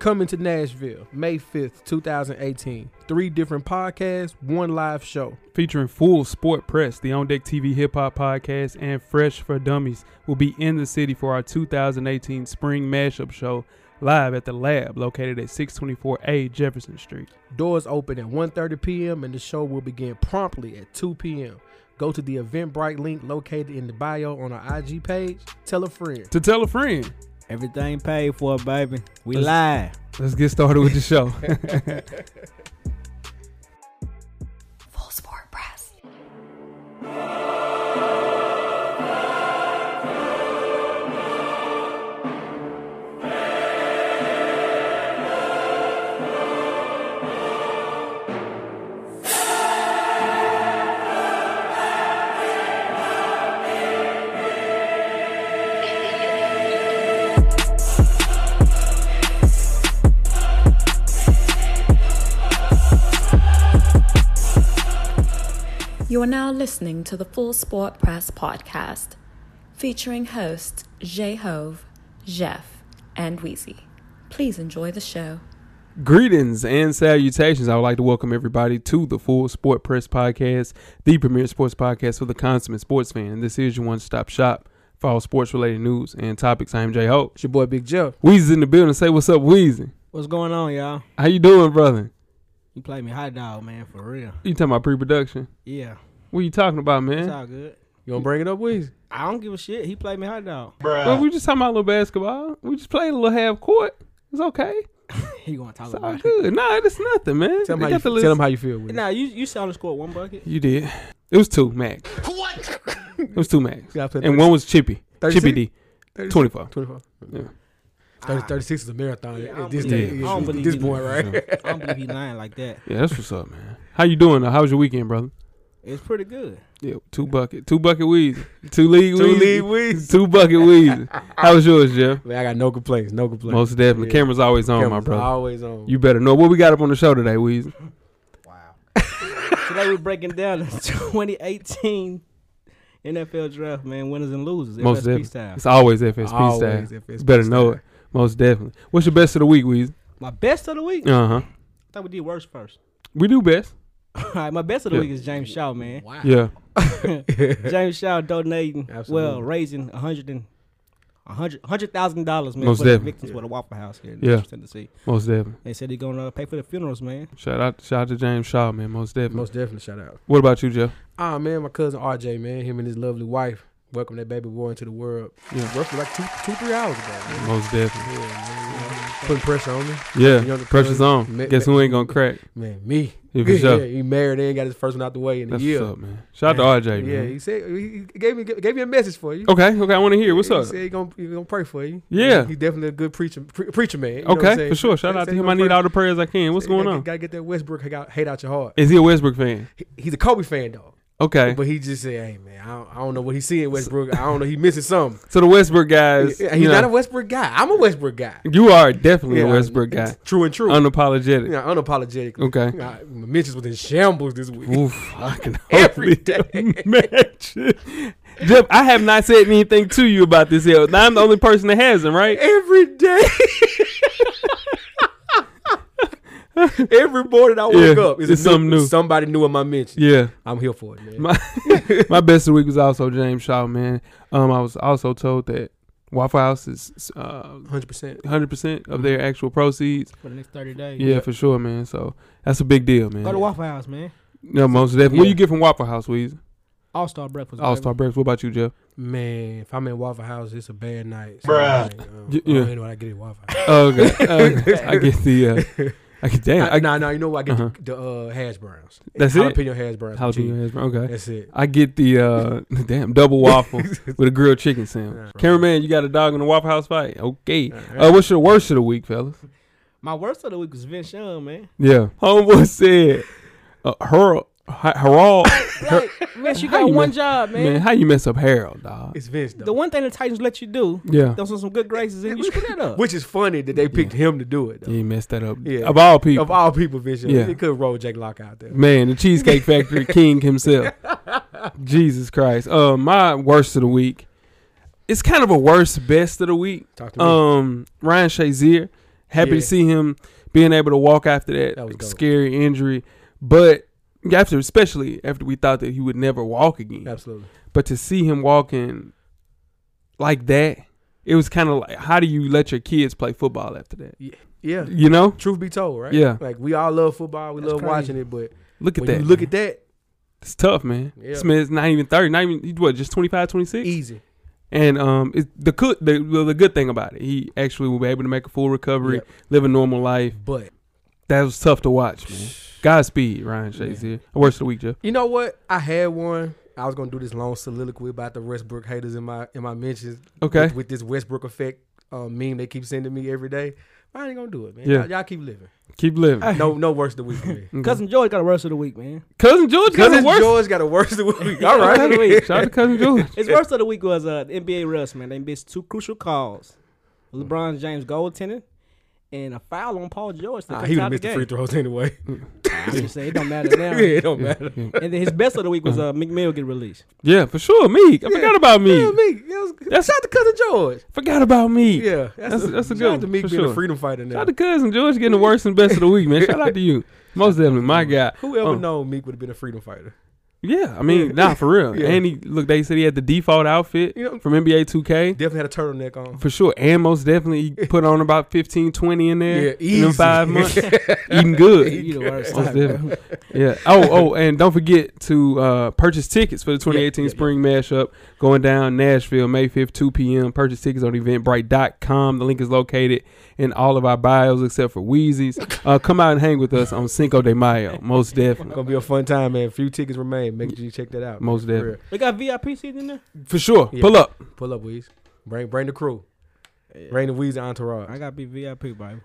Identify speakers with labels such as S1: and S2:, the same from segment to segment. S1: Coming to Nashville, May 5th, 2018. Three different podcasts, one live show.
S2: Featuring Full Sport Press, the On Deck TV Hip Hop Podcast, and Fresh for Dummies will be in the city for our 2018 Spring Mashup Show live at the lab located at 624A Jefferson Street.
S1: Doors open at 1:30 p.m. and the show will begin promptly at 2 p.m. Go to the Eventbrite link located in the bio on our IG page. Tell a friend.
S2: To tell a friend.
S3: Everything paid for, baby. We
S2: Let's-
S3: live.
S2: Let's get started with the show.
S4: Full Sport Press. You are now listening to the Full Sport Press podcast, featuring hosts Jay Hove, Jeff, and Wheezy. Please enjoy the show.
S2: Greetings and salutations. I would like to welcome everybody to the Full Sport Press Podcast, the premier sports podcast for the consummate sports fan. This is your one stop shop for all sports related news and topics. I am Jay Hope.
S1: It's your boy Big Jeff.
S2: Weezy's in the building. Say what's up, Weezy.
S3: What's going on, y'all?
S2: How you doing, brother?
S3: You play me hot dog, man, for real.
S2: You talking about pre production?
S3: Yeah,
S2: What you talking about,
S3: it's
S2: man?
S3: all good.
S1: You gonna bring it up, Weezy?
S3: I don't give a shit. He played me hot dog.
S2: Well, we just talking about a little basketball. We just played a little half court. It's okay.
S3: He gonna talk
S2: It's all
S3: about
S2: good. Nah, it's nothing, man.
S1: Tell him,
S2: They
S1: how you,
S2: got the
S1: tell
S2: little-
S1: him how you feel,
S3: it.
S1: Weezy.
S3: Nah, you you sound to score one bucket.
S2: You did. It was two max. What? It was two max.
S1: Yeah, I played
S2: And one was Chippy.
S1: 36?
S2: Chippy D. 24.
S1: 24.
S2: Yeah.
S1: 30, 36 is a marathon.
S3: Yeah, I
S1: at
S3: don't
S1: this
S2: believe
S1: day,
S2: it.
S3: I don't
S1: it's-
S3: believe
S1: this
S3: it.
S1: point, right?
S3: I don't believe he lying like that.
S2: Yeah, that's what's up, man. How you doing? Though? How was your weekend, brother?
S3: It's pretty good.
S2: Yeah, two bucket, two bucket weeds, two league
S1: Two
S2: weeds,
S1: lead Weezy.
S2: two bucket weeds. How was yours, Jeff?
S1: Man, I got no complaints. No complaints.
S2: Most definitely.
S1: Yeah.
S2: Camera's always on, my
S1: Cameras
S2: brother.
S1: Always on.
S2: You better know what we got up on the show today, Weezy.
S3: Today we're breaking down the 2018 NFL draft, man. Winners and losers.
S2: Most
S3: FSP
S2: definitely.
S3: style.
S2: It's always FSP
S1: Always
S2: style.
S1: FSP
S2: You better
S1: style.
S2: know it. Most definitely. What's your best of the week, Weezy?
S3: My best of the week.
S2: Uh huh.
S3: I thought we did worst first.
S2: We do best.
S3: All right, my best of the
S2: Yeah.
S3: week is James Shaw, man.
S1: Wow.
S2: Yeah.
S3: James Shaw donating,
S1: Absolutely.
S3: well, raising a hundred and a hundred hundred thousand dollars, man,
S2: Most
S3: for the
S2: definitely.
S3: victims for the Waffle House here in
S2: Yeah.
S3: Tennessee.
S2: Most definitely.
S3: They said they're gonna uh, pay for the funerals, man.
S2: Shout out, shout out to James Shaw, man. Most definitely.
S1: Most definitely. Shout out.
S2: What about you, Jeff?
S1: Ah man, my cousin RJ, man, him and his lovely wife welcomed that baby boy into the world.
S2: Yeah.
S1: Roughly like two, two, three hours ago. Man.
S2: Most definitely.
S1: Yeah, man. Putting pressure on me,
S2: Yeah.
S1: Younger
S2: Pressure's
S1: cousin.
S2: on.
S1: Ma-
S2: Guess
S1: ma-
S2: who ain't gonna crack?
S1: man. Me,
S2: Yeah, for sure.
S1: yeah, he married and got his first one out the way in a
S2: That's
S1: year.
S2: what's up, man. Shout out to RJ,
S1: yeah,
S2: man.
S1: he said he gave me gave me a message for you.
S2: Okay, okay, I want to hear. What's
S1: he
S2: up?
S1: He said he gonna, he gonna pray for you.
S2: Yeah.
S1: he definitely a good preacher pre- preacher man. you know what I'm
S2: Okay,
S1: saying?
S2: for sure. Shout
S1: He
S2: out
S1: said
S2: to
S1: he
S2: him.
S1: gonna
S2: I need
S1: pray-
S2: all the prayers I can. What's
S1: said you
S2: going
S1: gotta-
S2: on?
S1: Gotta get that Westbrook hate out, hate out your heart.
S2: Is he a Westbrook fan?
S1: He- He's a Kobe fan though,
S2: Okay,
S1: but he just said, "Hey man, I don't, I don't know what he's seeing Westbrook. I don't know. He missing something.
S2: so the Westbrook guys.
S1: Yeah,
S2: you,
S1: he's
S2: know,
S1: not a Westbrook guy. I'm a Westbrook guy.
S2: you are definitely
S1: Yeah,
S2: a Westbrook guy.
S1: it's True and true.
S2: Unapologetic.
S1: yeah, unapologetically.
S2: Okay.
S1: Yeah, Mitchell's was in shambles this week.
S2: Oof, I can
S1: Every
S2: hardly imagine. Jeff, I have not said anything to you about this L. Now I'm the only person that hasn't, right?
S1: Every day. Every morning I wake
S2: Yeah,
S1: up, is
S2: it's something new.
S1: Somebody new in my mention.
S2: Yeah.
S1: I'm here for it, man.
S2: My my best of the week was also James Shaw, man. Um, I was also told that Waffle House is uh,
S1: 100%.
S2: 100% of their actual proceeds.
S3: For the next thirty days.
S2: Yeah, for sure, man. So that's a big deal,
S3: Go to
S2: man.
S3: Waffle House, man.
S2: No, most definitely. What
S1: Yeah.
S2: you get from Waffle House, Weezy?
S3: All Star breakfast.
S2: All Star Breakfast. What about you, Jeff?
S1: Man, if I'm in Waffle House, it's a bad night.
S5: Bruh.
S1: So, like, um,
S2: Y-
S1: I
S2: yeah.
S1: don't even know what I get at Waffle House.
S2: Oh, okay. okay. I get the. Uh, I get damn. I,
S1: I, nah, nah, you know what? I get
S2: Uh-huh.
S1: the, the uh, hash browns.
S2: That's it?
S1: Jalapeno hash browns. with cheese.
S2: jalapeno hash brown. Okay.
S1: That's it.
S2: I get the uh, damn double waffle with a grilled chicken sandwich.
S1: Nah.
S2: Cameraman, you got a dog in the Waffle House fight. Okay.
S1: Nah,
S2: Uh, what's your worst of the week, fellas?
S3: My worst of the week was Vince Young, man.
S2: Yeah. Homeboy said, uh, Harold, Ha- Harold,
S3: Like, man, you
S2: How
S3: got
S2: you
S3: one
S2: mess-
S3: job, man.
S2: man, how you mess up Harold, dog?
S1: It's Vince, though.
S3: The one thing the Titans let you do,
S2: Yeah.
S3: those are some good graces, and you screw that up.
S1: Which is funny that they picked him to do it, though.
S2: He messed that up.
S1: Yeah.
S2: Of all people.
S1: Of all people, Vince, Young.
S2: Yeah.
S1: it could roll Jake Lock out there.
S2: Man, the Cheesecake Factory king himself. Jesus Christ. Uh, my worst of the week. It's kind of a worst best of the week.
S1: Talk to me.
S2: Um, Ryan Shazier Happy
S1: Yeah.
S2: to see him being able to walk after that,
S1: That was dope.
S2: scary injury. But after, especially after we thought that he would never walk again,
S1: Absolutely.
S2: but to see him walking like that, it was kind of like, how do you let your kids play football after that?
S1: Yeah.
S2: You know,
S1: Truth be told, right?
S2: Yeah.
S1: Like we all love football. We
S3: That's
S1: love
S3: crazy.
S1: watching it, but
S2: look at
S1: when
S2: that.
S1: you look
S2: man.
S1: at that,
S2: It's tough, man.
S1: Yeah.
S2: Smith's not even 30, not even, he's what, just 25, 26?
S1: easy.
S2: And um, it, the, good, the, well, the good thing about it, he actually will be able to make a full recovery,
S1: Yep.
S2: live a normal life.
S1: But
S2: That was tough to watch, man. Godspeed, Ryan Shazier. Worst of the week, Jeff.
S1: you know what? I had one. I was gonna do this long soliloquy about the Westbrook haters in my in my mentions.
S2: Okay.
S1: With, with this Westbrook effect um, meme they keep sending me every day. I ain't gonna do it, man.
S2: Yeah.
S1: Y'all, y'all keep living.
S2: Keep living.
S1: No, no worse the week for me.
S2: Okay.
S3: Cousin George got a worst of the week, man.
S2: Cousin George got the
S1: Cousin
S2: worst.
S1: George got a worse the week. All
S3: Worst
S1: right.
S3: of the week.
S2: Shout out to Cousin George.
S3: His worst of the week was uh, the NBA refs, man. They missed two crucial calls: LeBron James goaltending and a foul on Paul George. To
S1: Nah,
S3: cut
S1: Ah, he would
S3: out
S1: have missed the
S3: game.
S1: free throws anyway.
S3: I was gonna say, it don't matter now.
S1: yeah, it don't
S2: Yeah,
S1: matter.
S2: yeah.
S3: And then his best of the week was uh, McMill get released.
S2: Yeah, for sure. Me. I forgot about me.
S1: Yeah, me. It was,
S2: That's-
S1: shout out to cousin George.
S2: Forgot about me.
S1: Yeah,
S2: That's a- that's a
S1: shout
S2: good
S1: out to
S2: one,
S1: me
S2: for
S1: being
S2: sure.
S1: a freedom fighter now.
S2: Shout out to Cousin George getting the worst and best of the week, man. Shout out to you. Most definitely, my guy.
S1: Whoever
S2: Um,
S1: known Meek would have been a freedom fighter.
S2: Yeah, I mean, nah, for real.
S1: Yeah.
S2: And he look, they said he had the default outfit
S1: You know,
S2: from NBA 2K
S1: definitely had a turtleneck on.
S2: for sure, and most definitely he put on about 15, 20 in there
S1: Yeah,
S2: in them
S1: easy.
S2: five months, eating good.
S3: You the worst.
S2: Most
S3: type, bro.
S2: definitely. Yeah. Oh, oh, and don't forget to uh, purchase tickets for the 2018
S1: yeah, yeah.
S2: Spring Mashup going down Nashville May 5th, 2 p.m. Purchase tickets on eventbrite.com. The link is located in all of our bios except for Wheezy's. Uh, come out and hang with us on Cinco de Mayo. Most definitely.
S1: Gonna be a fun time, man. Few tickets remain. Make sure you check that out. man,
S2: Most
S1: for
S2: definitely.
S1: real.
S3: They got VIP seats in there.
S2: For sure.
S1: Yeah.
S2: Pull up.
S1: Pull up, Weez. Bring bring the crew. Bring the Weez
S3: I
S1: entourage.
S3: gotta be VIP, bro.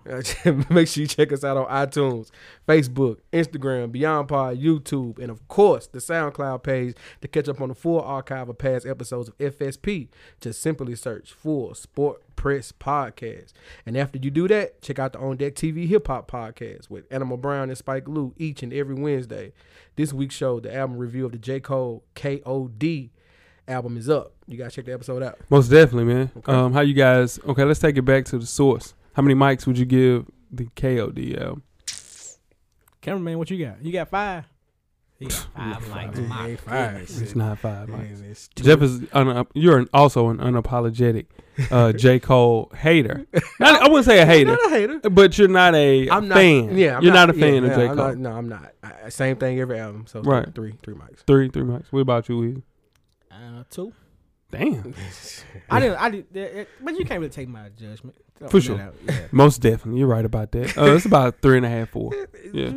S1: Make sure you check us out on iTunes, Facebook, Instagram, Beyond Pod, YouTube, and of course the SoundCloud page to catch up on the full archive of past episodes of FSP. Just simply search Full Sport Press Podcast. And after you do that, check out the On Deck TV Hip Hop Podcast with Animal Brown and Spike Lee each and every Wednesday. This week's show, the album review of the J. Cole KOD album is up. You gotta check the episode out.
S2: Most definitely, man. Um, how you guys? Okay, let's take it back to the source. How many mics would you give the KOD album?
S3: Cameraman, what you got? You got five. He got five mics. My
S1: Ain't five.
S3: goodness.
S2: It's not five mics.
S1: Man, it's two.
S2: Jeff is un- uh, you're an, also an unapologetic uh, J Cole hater. Not, I wouldn't say a hater,
S1: Not a hater.
S2: but you're not a
S1: I'm not.
S2: fan.
S1: Yeah, I'm
S2: you're not, a fan
S1: yeah,
S2: of J
S1: I'm
S2: Cole.
S1: not- no, I'm not. I, same thing every album. So
S2: Right.
S1: three, three mics.
S2: Three, three mics. What about you? Weezy?
S3: Uh, two.
S2: Damn,
S3: I didn't. I did. that- that- But you can't really take my judgment. Throw
S2: For
S3: that
S2: sure.
S3: out, yeah.
S2: most definitely. You're right about that. Uh, it's about three and a half, four. Yeah,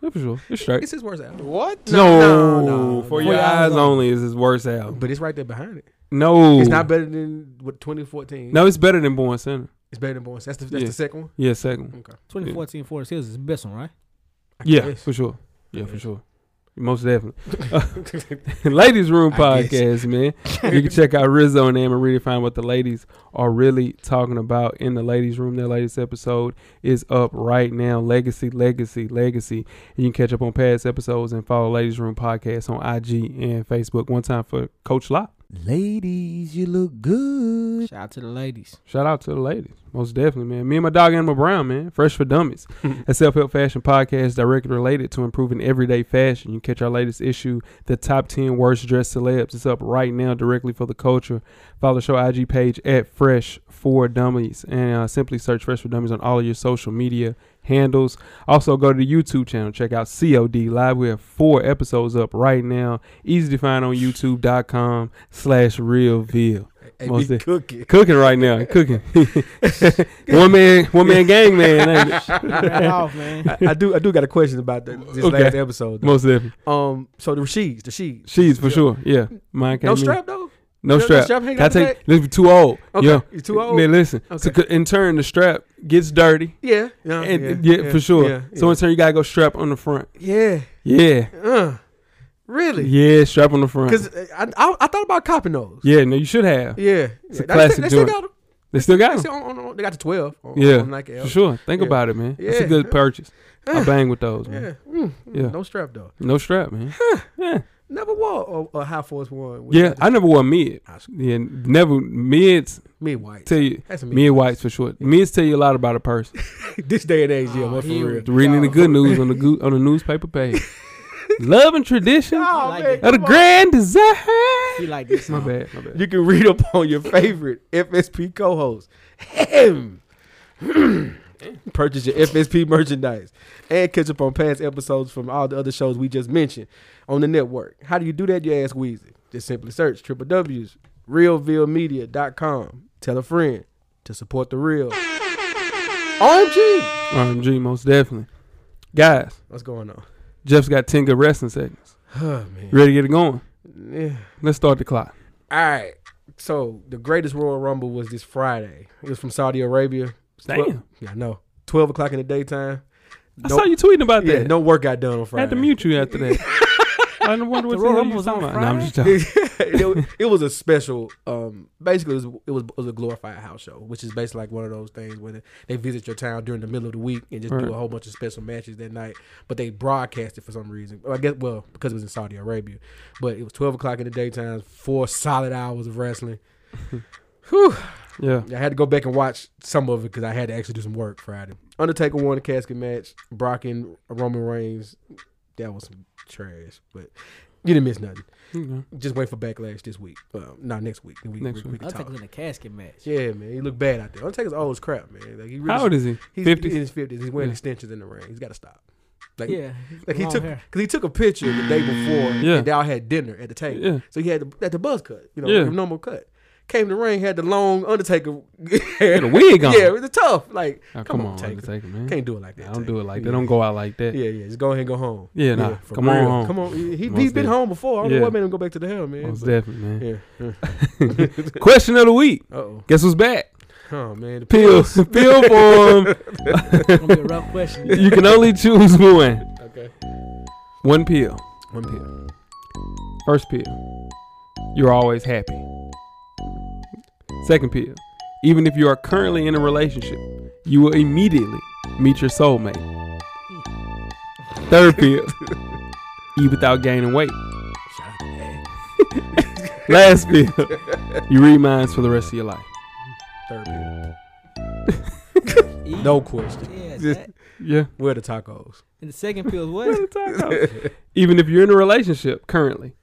S2: yeah for sure. You're straight.
S1: It's his worst album. What?
S2: No,
S1: No, no,
S2: for your eyes only is his worst album.
S1: But it's right there behind it.
S2: No,
S1: It's not better than what 2014.
S2: No, it's better than Born Center.
S1: it's better than Born. That's the that's
S2: Yeah.
S1: the second one.
S2: Yeah, second.
S1: Okay.
S3: 2014 Forest Hills is the best one, right?
S1: I
S2: Yeah,
S1: guess.
S2: for sure. Uh, Yeah, for
S1: Yes.
S2: sure. Most definitely. ladies Room
S1: I guess.
S2: Podcast, man. You can check out Rizzo and Amarita to find what the ladies are really talking about in the ladies room. Their latest episode is up right now. Legacy, legacy, legacy. And you can catch up on past episodes and follow Ladies Room Podcast on IG and Facebook. One time for Coach Lop.
S5: Ladies, you look good.
S3: Shout out to the ladies.
S2: Shout out to the ladies. Most definitely, man. Me and my dog Animal Brown, man. Fresh for Dummies. a self help fashion podcast directly related to improving everyday fashion. You can catch our latest issue, The Top 10 Worst Dressed Celebs. It's up right now directly for the culture. Follow the show IG page at Fresh for Dummies and uh, simply search Fresh for Dummies on all of your social media handles. Also, go to the YouTube channel. Check out COD Live. We have four episodes up right now. Easy to find on youtube.com slash real veal
S1: Hey,
S2: Most
S1: we
S2: def-
S1: cook it.
S2: cooking right now. Cooking. one man, one man gang man. ain't it?
S3: Right off, man.
S1: I, I do. I do got a question about the, this
S2: Okay.
S1: last episode. though.
S2: Most definitely.
S1: Um. So the she's the she's.
S2: She's for sure. Yeah. Mine came
S1: No
S2: in.
S1: strap though.
S2: No
S1: No- no
S2: strap.
S1: strap hanging
S2: Can I
S1: out the
S2: take this be too old.
S1: Okay.
S2: Yeah.
S1: You too old.
S2: Man, listen. So
S1: Okay.
S2: c- in turn the strap gets dirty.
S1: Yeah. Yeah.
S2: And yeah, for sure.
S1: Yeah.
S2: So in turn you gotta go strap on the front.
S1: yeah.
S2: Yeah.
S1: Uh, really.
S2: Yeah, strap on the front.
S1: Because I, I I thought about copping those.
S2: Yeah, no, you should have.
S1: Yeah,
S2: It's a
S1: Yeah,
S2: classic
S1: they, still- they still
S2: joint.
S1: got 'em.
S2: They still
S1: They,
S2: got them.
S1: still on, on, on, they got the twelve. On,
S2: Yeah,
S1: on Nike L.
S2: For sure. Think
S1: Yeah.
S2: about it, man. It's a
S1: Yeah.
S2: good purchase. I
S1: Yeah.
S2: bang with those, man.
S1: Yeah. Mm, mm,
S2: Yeah.
S1: no strap though.
S2: No strap, man. Yeah.
S1: Never wore a, a high force one. with-
S2: Yeah, I never wore mid.
S1: I sc-
S2: Yeah, never mids
S1: mid white.
S2: tell you
S1: That's a
S2: mid whites for short. Mids tell you a lot about a person.
S1: This day and age, yeah,
S3: Oh,
S1: but for
S3: here
S1: real.
S3: we go.
S2: Reading the good news on the goo on the newspaper page. Love and tradition
S1: Oh,
S3: like
S1: man,
S3: it.
S2: of the
S1: come on.
S2: grand design.
S3: He like this.
S2: My
S3: song.
S2: bad, my bad.
S1: You can read up on your favorite FSP co-host. Ahem. Purchase your FSP merchandise and catch up on past episodes from all the other shows we just mentioned on the network. How do you do that? You ask Weezy. Just simply search www.realvillemedia.com. Tell a friend to support the real. OMG!
S2: RMG most definitely. Guys,
S1: What's going on?
S2: Jeff's got ten good wrestling segments.
S1: Oh, man.
S2: Ready to get it going?
S1: Yeah.
S2: Let's start the clock.
S1: All right. So the greatest Royal Rumble was this Friday. It was from Saudi Arabia.
S2: Damn.
S1: Well, yeah, I know. Twelve o'clock in the daytime.
S2: I
S1: No-
S2: saw you tweeting about
S1: Yeah,
S2: that.
S1: no work got done on Friday.
S2: I had to mute you after that. I wonder what
S3: The
S2: the
S3: Royal
S2: hell you
S3: Rumble
S2: was
S3: was
S2: talking
S3: on
S2: about. No, I'm
S3: Friday?
S2: just talking.
S1: it, wa- it was a special. Um, basically, it was, it was it was a glorified house show, which is basically like one of those things where they visit your town during the middle of the week and just
S2: Right.
S1: do a whole bunch of special matches that night. But they broadcast it for some reason. Well, I guess well because it was in Saudi Arabia, but it was twelve o'clock in the daytime. Four solid hours of wrestling. Whew.
S2: Yeah.
S1: I had to go back and watch some of it because I had to actually do some work Friday. Undertaker won the casket match. Brock and Roman Reigns. That was some trash, but you didn't miss nothing.
S2: Okay.
S1: Just wait for backlash this week. Um, not next week. We,
S2: Next
S1: we, we
S2: week.
S1: can
S3: I'll take
S1: talk.
S3: him in a casket match.
S1: Yeah, man, he looked bad out there. Undertaker's old as crap, man. Like he really
S2: How old is he?
S1: he's in
S2: Fifty.
S1: his fifties. He's wearing
S2: Yeah.
S1: extensions in the ring. He's got to stop. Like,
S3: Yeah.
S1: like he
S3: long
S1: took
S3: hair.
S1: because he took a picture the day before,
S2: Yeah.
S1: and they all had dinner at the table.
S2: Yeah.
S1: So he had the, at the buzz cut, you know,
S2: Yeah.
S1: the normal cut. Came to the ring, had the long Undertaker
S2: Get a wig on.
S1: yeah, it was tough. Like,
S2: Oh,
S1: come, on,
S2: Undertaker,
S1: Taker.
S2: man.
S1: Can't do it like that.
S2: I Mm-hmm. don't
S1: Taker.
S2: do it like
S1: Yeah.
S2: that. Don't go out like that.
S1: Yeah, yeah. Just go ahead and go home.
S2: Yeah, nah.
S1: for
S2: Come on home.
S1: Come on. He,
S2: Most
S1: he's been
S2: definitely.
S1: home before. I don't
S2: Yeah.
S1: know what made him go back to the hell, man.
S2: Most definitely, man.
S1: yeah. yeah.
S2: Question of the week.
S1: Uh-oh.
S2: Guess who's back?
S1: Oh, man. The
S2: Pill. Pill form.
S3: It's gonna be a rough question.
S2: You can only choose one.
S1: Okay.
S2: One pill.
S1: One pill.
S2: First pill. You're always happy. Second pill. Even if you are currently in a relationship, you will immediately meet your soulmate. Third pill. Eat without gaining weight.
S1: Shout out to Dad.
S2: Last pill. You read minds for the rest of your life.
S1: Third pill.
S3: Eat.
S1: No question.
S3: Yeah.
S1: Just-
S3: that.
S2: Yeah.
S1: Where are the tacos?
S3: And the second pill is what?
S2: Even if you're in a relationship currently,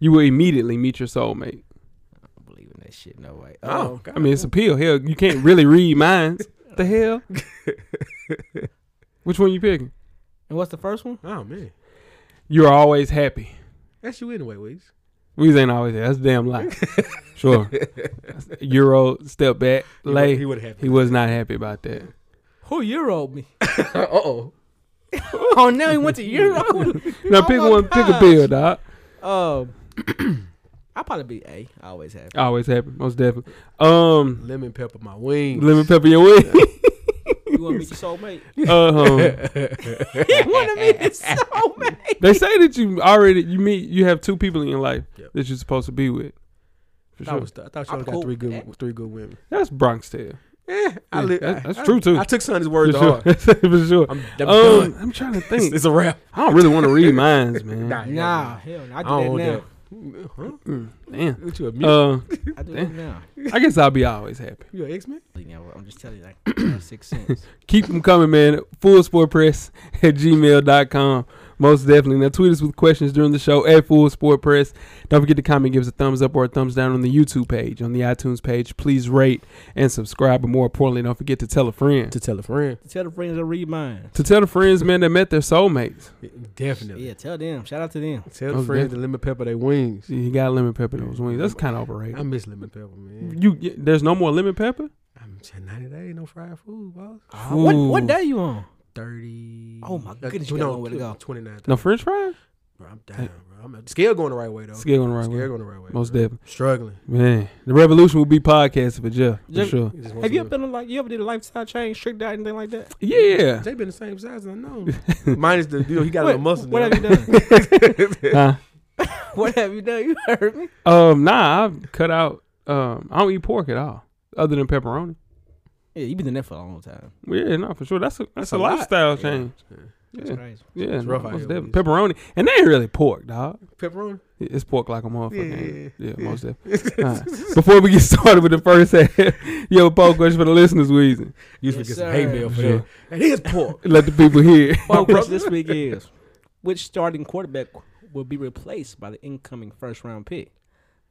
S2: you will immediately meet your soulmate.
S3: don't believe in that shit. No way.
S1: Oh,
S3: Um,
S1: God.
S2: I mean, it's a pill. Hell, you can't really read minds. the hell? Which one you picking?
S3: and what's the first one?
S1: Oh, man.
S2: You're always happy.
S1: That's you anyway, Weez.
S2: We ain't always happy. That's a damn lie. sure. Euro step back. Lay.
S1: He
S2: He,
S1: would have.
S2: was not happy about that.
S3: Who Euro'd me?
S1: Uh oh.
S3: oh, now he went to Euro.
S2: Now pick
S3: my
S2: one. Pick a
S3: gosh.
S2: pill, dog.
S3: um, I probably be A. I always have.
S2: Always happy. Most definitely. Um,
S1: Lemon pepper my wings.
S2: lemon pepper your wing.
S3: You want to meet your soulmate?
S2: um,
S3: you want to meet your soulmate?
S2: They say that you already you meet you have two people in your life
S1: Yep.
S2: that you're supposed to be with. For
S1: I,
S2: sure.
S1: was, I thought you
S3: I'm
S1: only got
S3: cool
S1: three good,
S3: with that.
S1: three good women.
S2: That's Bronx tale.
S1: Yeah, I
S2: Yeah,
S1: li-
S2: that-
S1: I-
S2: that's
S1: I-
S2: true, too.
S1: I took Sonny's
S2: For
S1: word to
S2: sure.
S1: heart.
S2: for sure.
S1: I'm, I'm
S2: Um,
S1: done.
S2: I'm trying to
S1: It's,
S2: think.
S1: it's a wrap.
S2: I don't really want to read minds, man.
S1: Nah,
S3: Nah, hell no. I
S1: I
S3: do
S1: don't
S3: that now.
S1: want that. Huh?
S2: Mm, Damn.
S1: What you a mute?
S2: Uh,
S3: I do that now.
S2: I guess I'll be always happy.
S1: you an X Man?
S3: You know, I'm just telling you, like, six cents.
S2: Keep them coming, man. Full Sport Press at gmail.com. Most definitely. Now, tweet us with questions during the show at Full Sport Press. Don't forget to comment, give us a thumbs up or a thumbs down on the YouTube page, on the iTunes page. Please rate and subscribe. But more importantly, don't forget to tell a friend.
S1: To tell a friend.
S3: Tell the friends to read mine.
S2: To tell the friends, man, that met their soulmates.
S1: Definitely.
S3: Yeah, tell them. Shout out to them.
S1: Tell
S2: Most
S1: the friends to lemon pepper their wings.
S2: See, he got lemon pepper in those wings. That's kind of
S1: I
S2: overrated.
S1: miss lemon pepper, man.
S2: You, you- there's no more lemon pepper.
S1: I'm saying 90 days, no fried food, boss.
S3: Uh,
S1: Uh,
S3: What,
S2: Ooh.
S3: what day you on?
S1: 30.
S3: Oh, my goodness,
S1: tw-
S3: you got a long way to
S1: tw-
S3: go.
S1: 29.
S2: No French fries.
S1: Bro, I'm down, bro. I'm, scale going the right way, though.
S2: Scale going the right
S1: Scale
S2: way.
S1: going the right way.
S2: Most
S1: bro.
S2: definitely,
S1: Struggling.
S2: man. The revolution will be podcasting for Jeff for
S3: Jeff-
S2: sure.
S1: He just wants
S3: Have you
S1: to
S3: ever been on, like you ever did a lifestyle change, trick diet, anything like that?
S2: Yeah.
S1: They been the same size as I know. Minus the, you know, he got a little muscle.
S3: what
S1: now.
S3: have you done?
S2: Huh?
S3: what have you done? You heard me.
S2: um. Nah. I've cut out. Um. I don't eat pork at all, other than pepperoni.
S3: Yeah, you been doing that for a long time.
S2: Yeah. No. For sure. That's a that's,
S1: That's
S2: a,
S1: a lot.
S2: lifestyle
S1: Yeah.
S2: change.
S3: That's
S2: Yeah.
S3: crazy.
S2: Yeah,
S1: It's rough
S2: no,
S1: out
S2: most
S1: here with
S2: definitely. Pepperoni, and they ain't really pork, dog.
S1: Pepperoni.
S2: It's pork like a motherfucker. Yeah,
S1: Yeah,
S2: yeah,
S1: yeah.
S2: most definitely. All right. Before we get started with the first half, yo, poll question for the listeners, Weezy.
S1: You should
S3: Yes,
S1: get some
S3: sir.
S1: hate mail for
S2: Sure.
S1: that. And here's pork.
S2: Let the people hear.
S3: Focus this week is which starting quarterback will be replaced by the incoming first round pick?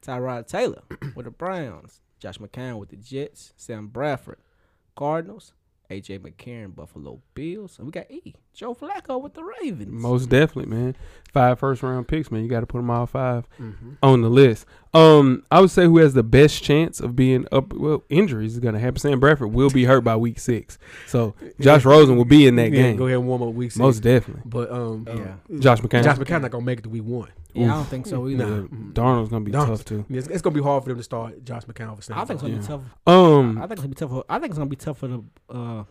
S3: Tyrod Taylor with the Browns, Josh McCown with the Jets, Sam Bradford, Cardinals, AJ McCarron, Buffalo Bills, and we got E. Joe Flacco with the Ravens.
S2: Most definitely, man. Five first round picks, man. You got to put them all five
S1: Mm-hmm.
S2: on the list. Um, I would say who has the best chance of being up. Well, injuries is going to happen. Sam Bradford will be hurt by week six, so Josh Rosen will be in that
S1: Yeah,
S2: game.
S1: Go ahead and warm up week six.
S2: Most definitely,
S1: But um,
S3: Yeah.
S1: um,
S2: Josh McCown.
S1: Josh McCown not gonna make it to week one.
S3: yeah, I don't think so
S2: yeah,
S3: either.
S1: Nah.
S2: Darnold's going to be
S1: Darnold.
S2: tough too.
S1: It's, it's gonna be hard for them to start Josh McCown for
S3: I
S1: Stanford.
S3: think it's gonna
S2: Yeah.
S3: be tough.
S2: Um,
S3: I think it's gonna be tough. For, I think it's gonna be tough for the uh,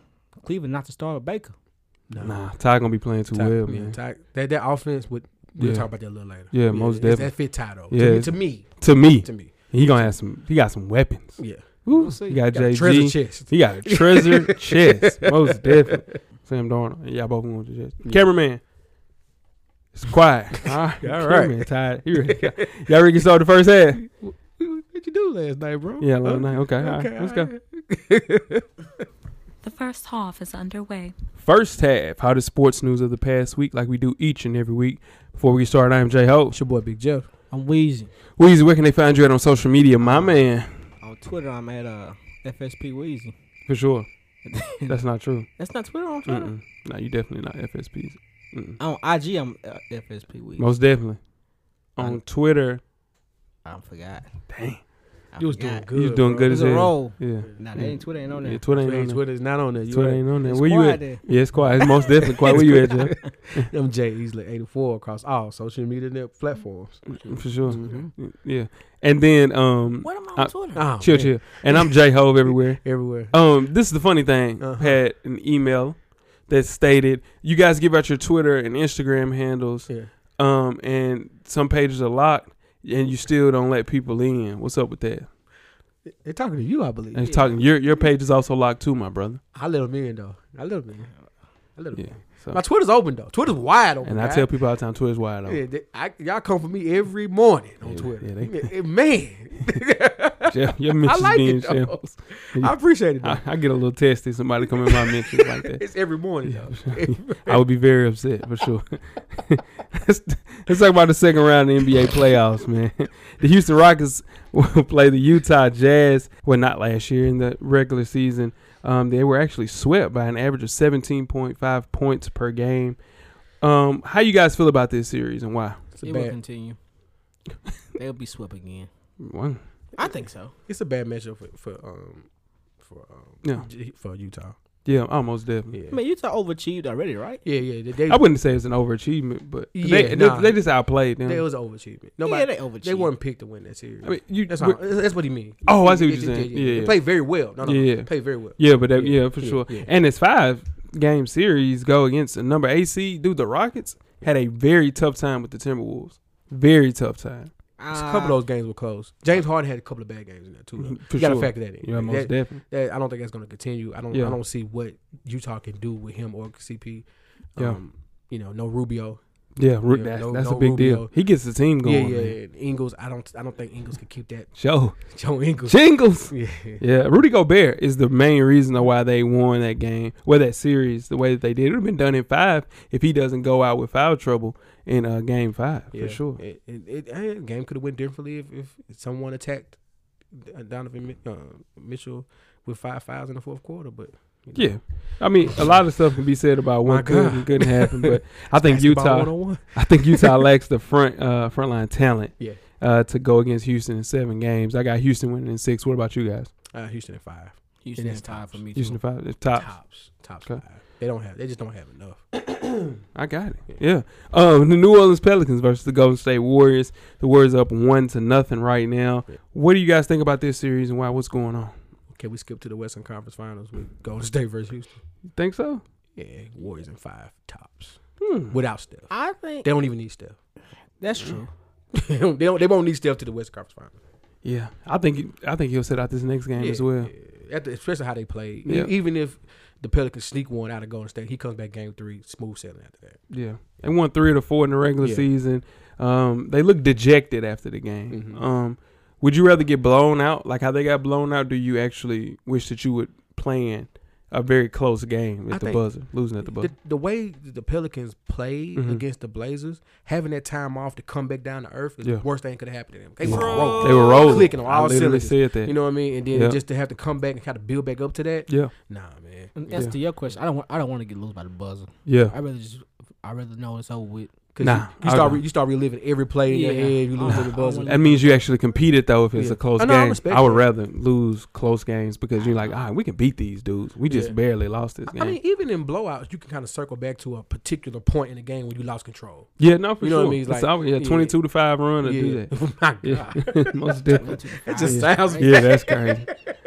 S3: Cleveland not to start with Baker.
S2: Nah, Ty gonna be playing too
S1: Ty-
S2: well,
S1: yeah,
S2: man.
S1: Ty- that that offense would. We'll
S2: Yeah.
S1: talk about that a little later.
S2: Yeah, most
S1: it's
S2: definitely.
S1: That fit Ty though.
S2: Yeah.
S1: To, me,
S2: To me,
S1: to me, to me,
S2: he gonna have some. He got some weapons.
S1: yeah.
S2: Ooh,
S3: We'll see.
S2: He got,
S1: Got a treasure
S2: JG.
S1: chest.
S2: He got a treasure chest. Most definitely. Sam Darnold. Y'all both want to chest.
S1: Yeah.
S2: Cameraman. It's quiet. All right.
S1: All right.
S2: Cameraman tired. He ready. Y'all ready to start the first half?
S1: What you do last night, bro?
S2: Yeah, little night. Okay. All
S1: Okay,
S2: right. Let's go.
S4: The first half is underway.
S2: First half. How the sports news of the past week, like we do each and every week. Before we start, I am J Ho.
S1: It's your boy Big Jeff.
S3: I'm wheezing.
S2: Weezy, where can they find you at on social media, my man?
S3: On Twitter, I'm at uh, FSP Wheezy.
S2: For sure. That's not true.
S3: That's not Twitter on Twitter.
S2: Mm-mm. No, you definitely not FSPs. Mm-mm.
S3: On IG, I'm uh, FSP Wheezy.
S2: Most definitely. On
S3: I'm-
S2: Twitter,
S3: I forgot.
S2: dang,
S3: I
S1: You was doing
S3: forgot. Hmm.
S1: good.
S2: you doing
S1: bro.
S2: good
S3: It's
S2: as
S3: a
S2: hell.
S3: roll.
S2: Yeah.
S3: Nah, that ain't Twitter ain't on there.
S2: Yeah, Twitter ain't on
S1: Twitter,
S2: there.
S1: Twitter's not on there. You
S2: Twitter
S1: right.
S2: ain't on there.
S3: It's
S2: Where you
S3: quiet
S2: at?
S3: there.
S2: Yeah, it's quiet. It's most definitely quiet. Where you at, Jeff?
S1: I'm Jay Easley, 84 across all social media net platforms.
S2: For sure.
S3: Mm-hmm.
S1: Mhm.
S2: Yeah. And then um
S3: What am I on
S2: I-
S3: Twitter?
S1: Oh,
S2: chill
S1: man.
S2: chill. And I'm J Hove everywhere.
S1: Everywhere.
S2: Um this is the funny thing.
S1: Uh-huh.
S2: Had an email that stated you guys give out your Twitter and Instagram handles
S1: Yeah.
S2: um and some pages are locked and you still don't let people in. What's up with that?
S1: They're talking to you, I believe.
S2: And it's talking your your page is also locked too, my brother.
S1: I let them in, though. I let them in. I let them
S2: Yeah.
S1: in.
S2: So
S1: My Twitter's open, though. Twitter's wide open.
S2: and I
S1: guys.
S2: tell people all the time Twitter's wide open.
S1: Yeah, they, I, y'all come for me every morning on
S2: Yeah,
S1: Twitter.
S2: yeah, they-
S1: Yeah, man,
S2: Jeff, your mentions
S1: like
S2: being
S1: it, though.
S2: shambles.
S1: I appreciate it. Though.
S2: I, I get a little testy. Somebody come in my mentions like that.
S1: It's every morning, though.
S2: I would be very upset for sure. let's, let's talk about the second round of the NBA playoffs, man. The Houston Rockets will play the Utah Jazz. Well, not last year in the regular season. Um, they were actually swept by an average of 17.5 points per game. Um, how you guys feel about this series and why?
S1: It's a
S3: It will
S1: bad.
S3: continue. They'll be swept again.
S2: Wow.
S3: I think so.
S1: It's a bad matchup for for um for um
S2: Yeah.
S1: G- for Utah.
S2: Yeah, almost definitely.
S1: Yeah,
S3: I mean, Utah overachieved already, right?
S1: yeah, yeah. They, they,
S2: I wouldn't say it's an overachievement, but
S1: Yeah,
S2: they,
S1: nah.
S2: they, they just outplayed them.
S1: they was an overachievement.
S3: yeah,
S1: Nobody,
S3: they overachieved.
S1: they weren't picked to win that series.
S2: I mean, you,
S1: that's how, that's what he mean.
S2: Oh, I see
S1: Yeah,
S2: what you're
S1: yeah,
S2: saying.
S1: yeah, yeah.
S2: Yeah,
S1: They
S2: yeah.
S1: played very well. No, no,
S2: Yeah,
S1: no.
S2: yeah.
S1: played very well.
S2: Yeah, but that,
S1: Yeah,
S2: yeah, for
S1: yeah,
S2: sure.
S1: yeah.
S2: And it's five game series go against a number AC. Dude, the Rockets had a very tough time with the Timberwolves. Very tough time.
S1: A
S3: Uh,
S1: couple of those games were close. James Harden had a couple of bad games in there too. Though.
S2: Uh, For
S1: you gotta
S2: sure.
S1: factor that in.
S2: Yeah, most
S1: That-
S2: definitely.
S1: that- I don't think that's going to continue. I don't.
S2: Yeah.
S1: I don't see what Utah can do with him or CP. Um,
S2: Yeah.
S1: You know, no Rubio.
S2: Yeah, Ru-
S1: Yeah,
S2: that's,
S1: no-
S2: that's
S1: no
S2: a big deal.
S1: Rubio.
S2: He gets the team
S1: yeah,
S2: going.
S1: yeah.
S2: Man.
S1: and Ingles. I don't. I don't think Ingles can keep that.
S2: Joe
S1: Joe Ingles.
S2: Jingles.
S1: Yeah.
S2: Yeah, Rudy Gobert is the main reason of why they won that game, well, that series, the way that they did. It would have been done in five if he doesn't go out with foul trouble in uh, game five,
S1: Yeah.
S2: for sure.
S1: It, it, it, eh, game could have went differently if, if someone attacked Donovan Mi- uh, Mitchell with five fouls in the fourth quarter. But you know,
S2: Yeah. I mean, a lot of stuff can be said about
S1: My
S2: what could
S1: God.
S2: and couldn't happen, but I think
S1: basketball
S2: Utah.
S1: one-on-one.
S2: I think Utah lacks the front uh, frontline talent.
S1: Yeah.
S2: Uh, to go against Houston in seven games. I got Houston winning in six. What about you guys?
S1: Uh, Houston at five.
S3: Houston
S1: It is
S3: is tied for me.
S2: Houston
S3: Too.
S2: five it's top.
S1: Tops. Tops
S2: Okay.
S1: five. They don't have. They just don't have enough.
S2: I got it. Yeah. Um, the New Orleans Pelicans versus the Golden State Warriors. The Warriors up one to nothing right now.
S1: Yeah.
S2: What do you guys think about this series and why? What's going on?
S1: Can we skip to the Western Conference Finals with Golden State versus Houston?
S2: You think so?
S1: Yeah, Warriors in five tops
S2: Hmm.
S1: without Steph.
S3: I think
S1: They don't even need Steph.
S3: that's true.
S1: they don't. They, don't, they won't need Steph to the Western Conference Finals.
S2: Yeah. I think I think he'll set out this next game
S1: Yeah,
S2: as well.
S1: yeah. At the- especially how they played. E-
S2: Yeah.
S1: Even if The Pelicans sneak one out of Golden State. He comes back game three, smooth sailing after that.
S2: Yeah, they won three of the four in the regular
S1: Yeah.
S2: season. Um, they look dejected after the game.
S1: Mhm.
S2: Um, would you rather get blown out, like how they got blown out? Do you actually wish that you would plan a very close game at
S1: I
S2: the
S1: think-
S2: buzzer, losing at the
S1: The,
S2: buzzer?
S1: the way the Pelicans played
S2: Mhm.
S1: against the Blazers, having that time off to come back down to earth is
S2: Yeah.
S1: the worst thing could have happened to them. They
S2: Yeah.
S1: were rolling.
S2: They were rolling.
S1: Clicking on
S2: I
S1: all
S2: literally
S1: cylinders.
S2: said that.
S1: You know what I mean? And then
S2: Yeah.
S1: just to have to come back and kind of build back up to that.
S2: yeah,
S1: Nah, man.
S3: And as to your question, I don't want I don't want to get loose by the buzzer.
S2: yeah.
S3: I rather just I rather know it's over with.
S1: 'Cause
S2: Nah,
S1: you, you start
S2: I-
S1: re- you start reliving every play in your
S3: Yeah.
S1: head. You lose
S3: Nah.
S1: at the buzzer.
S2: That means you actually competed though. If it's
S1: Yeah.
S2: a close
S1: I know, I
S2: game,
S1: respect
S2: I, would
S1: that.
S2: rather lose close games because you're like, ah, we can beat these dudes. We just
S1: Yeah.
S2: barely lost this game.
S1: I mean, even in blowouts, you can kind of circle back to a particular point in the game when you lost control.
S2: yeah, no, for
S1: you know
S2: sure.
S1: what I mean? It's
S2: It's
S1: like-
S2: always- yeah,
S1: yeah.
S2: twenty-two to five run to do that.
S1: Oh My God.
S2: Yeah, most definitely.
S1: It just
S2: Yeah.
S1: sounds
S2: yeah, that's crazy.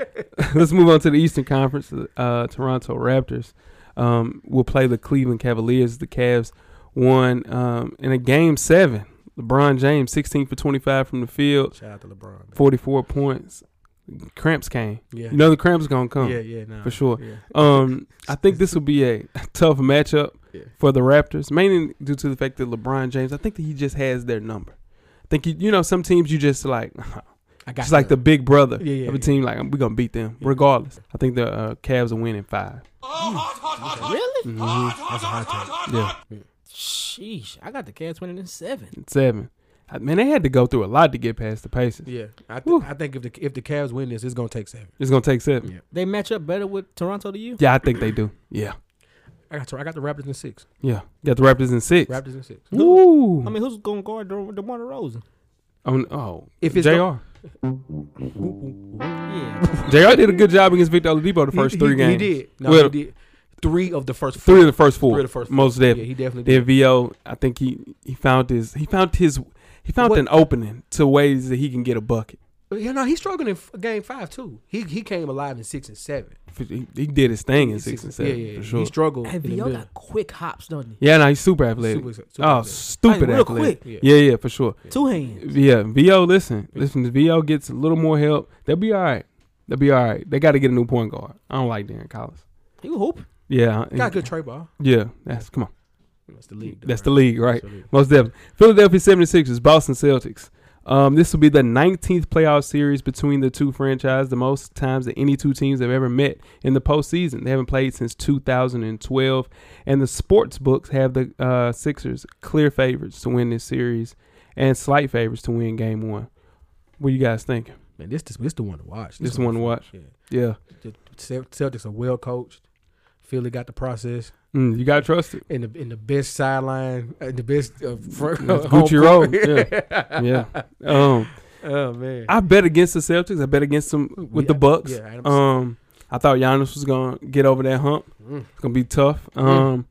S2: Let's move on to the Eastern Conference. Uh, Toronto Raptors um, will play the Cleveland Cavaliers. The Cavs won um, in a game seven. LeBron James, 16 for 25 from the field,
S1: Shout out to LeBron. man.
S2: 44 points. Cramps came.
S1: yeah.
S2: You know the cramps gonna come.
S1: yeah, yeah, nah,
S2: for sure.
S1: Yeah.
S2: Um, I think this will be a tough matchup
S1: Yeah.
S2: for the Raptors, mainly due to the fact that LeBron James. I think that he just has their number. I think you, you know some teams you just like
S1: I got
S2: Just like the big brother
S1: Yeah, yeah,
S2: of a
S1: yeah.
S2: team. Like we're gonna beat them
S1: Yeah.
S2: regardless. I think the uh, Cavs will win in five.
S3: Really?
S2: Mm-hmm.
S1: That's a hot take.
S2: Yeah,
S3: Sheesh! I got the Cavs winning in seven.
S2: in seven. I, man, they had to go through a lot to get past the Pacers.
S1: Yeah, I,
S2: Woo.
S1: th- I think if the if the Cavs win this, it's gonna take seven.
S2: It's gonna take seven. Yeah.
S1: Yeah.
S3: They match up better with Toronto to you.
S2: I think they do. Yeah,
S1: I got to, I got the Raptors in six.
S2: yeah. Got the Raptors in six.
S1: Raptors in six.
S2: Woo!
S3: I mean, who's gonna guard De- DeMar DeRozan?
S2: On- oh,
S1: If it's
S2: Jr.
S3: Yeah,
S2: Jr. did a good job against Victor Oladipo the first
S1: he,
S2: three
S1: he,
S2: games.
S1: He did. No,
S2: Well,
S1: he did three of the first
S2: Three
S1: four.
S2: of the first four.
S1: Three of the first four.
S2: Most definitely.
S1: Yeah, he definitely did.
S2: Then VO, I think he he found his he found his he found
S1: What-
S2: an opening to ways that he can get a bucket.
S1: yeah, no, he struggled in f- game five too. He he came alive in six and seven.
S2: He, he did his thing in six, and seven
S1: Yeah, yeah.
S2: for sure.
S1: He struggled.
S3: hey,
S1: in the
S3: VO
S1: middle.
S3: got quick hops, don't he?
S2: yeah, no, he's super athletic.
S1: Super- super
S2: oh,
S1: athletic.
S2: stupid
S3: Like, real
S2: athletic.
S1: quick.
S2: Yeah. yeah, for sure.
S3: Two hands.
S2: Yeah, VO. Listen, listen. If VO gets a little more help, they'll be all right. They'll be all right. They got to get a new point guard. I don't like Darren Collins.
S3: He was hooping.
S2: Yeah,
S1: He got a good trade ball.
S2: yeah. That's come on.
S1: That's the league. though,
S2: That's the league, right?
S1: That's the league.
S2: Most definitely. Philadelphia 76ers, Boston Celtics. Um, this will be the 19th playoff series between the two franchises, the most times that any two teams have ever met in the postseason. They haven't played since 2012. And the sports books have the uh, Sixers clear favorites to win this series and slight favorites to win game one. What you guys think?
S1: Man, this this this the one to watch.
S2: This one to watch.
S1: Yeah.
S2: Yeah.
S1: The Cel- Celtics are well coached. Philly got the process
S2: Mm, you got to trust it.
S1: in the in the best sideline, uh, the best uh, front.
S2: That's
S1: home
S2: Gucci
S1: court.
S2: Road. Yeah. yeah. Um,
S1: Oh man.
S2: I bet against the Celtics. I bet against them with the
S1: Yeah,
S2: Bucks.
S1: yeah, Adam-
S2: um, I thought Giannis was gonna get over that hump.
S1: Mm.
S2: It's gonna be tough. Um,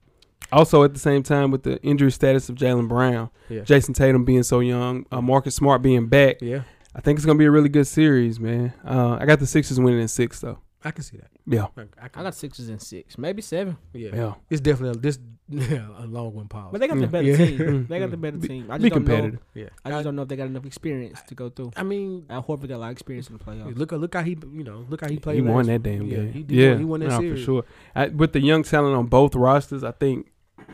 S2: also at the same time with the injury status of Jalen Brown,
S1: Yeah.
S2: Jason Tatum being so young, uh, Marcus Smart being back,
S1: yeah.
S2: I think it's gonna be a really good series, man. Uh, I got the Sixers winning in six though.
S1: I can see that.
S2: Yeah,
S1: I, I can,
S3: I got sixes and six, maybe seven.
S1: yeah.
S2: yeah.
S1: It's definitely a, this a long one pause.
S3: But they got the
S2: Mm.
S3: better
S1: Yeah.
S3: team. They got the
S1: Mm.
S3: better team. I just
S2: Be
S3: don't
S2: competitive.
S3: know.
S1: yeah.
S3: I just don't know if they got enough experience to go through.
S1: I mean,
S3: Al Horford got a lot of experience in the playoffs.
S1: look look how he you know look how he played.
S2: He won
S1: last-
S2: that damn
S1: yeah,
S2: game.
S1: He did.
S2: yeah,
S1: He won that
S2: nah,
S1: series
S2: for sure. I, with the young talent on both rosters, I think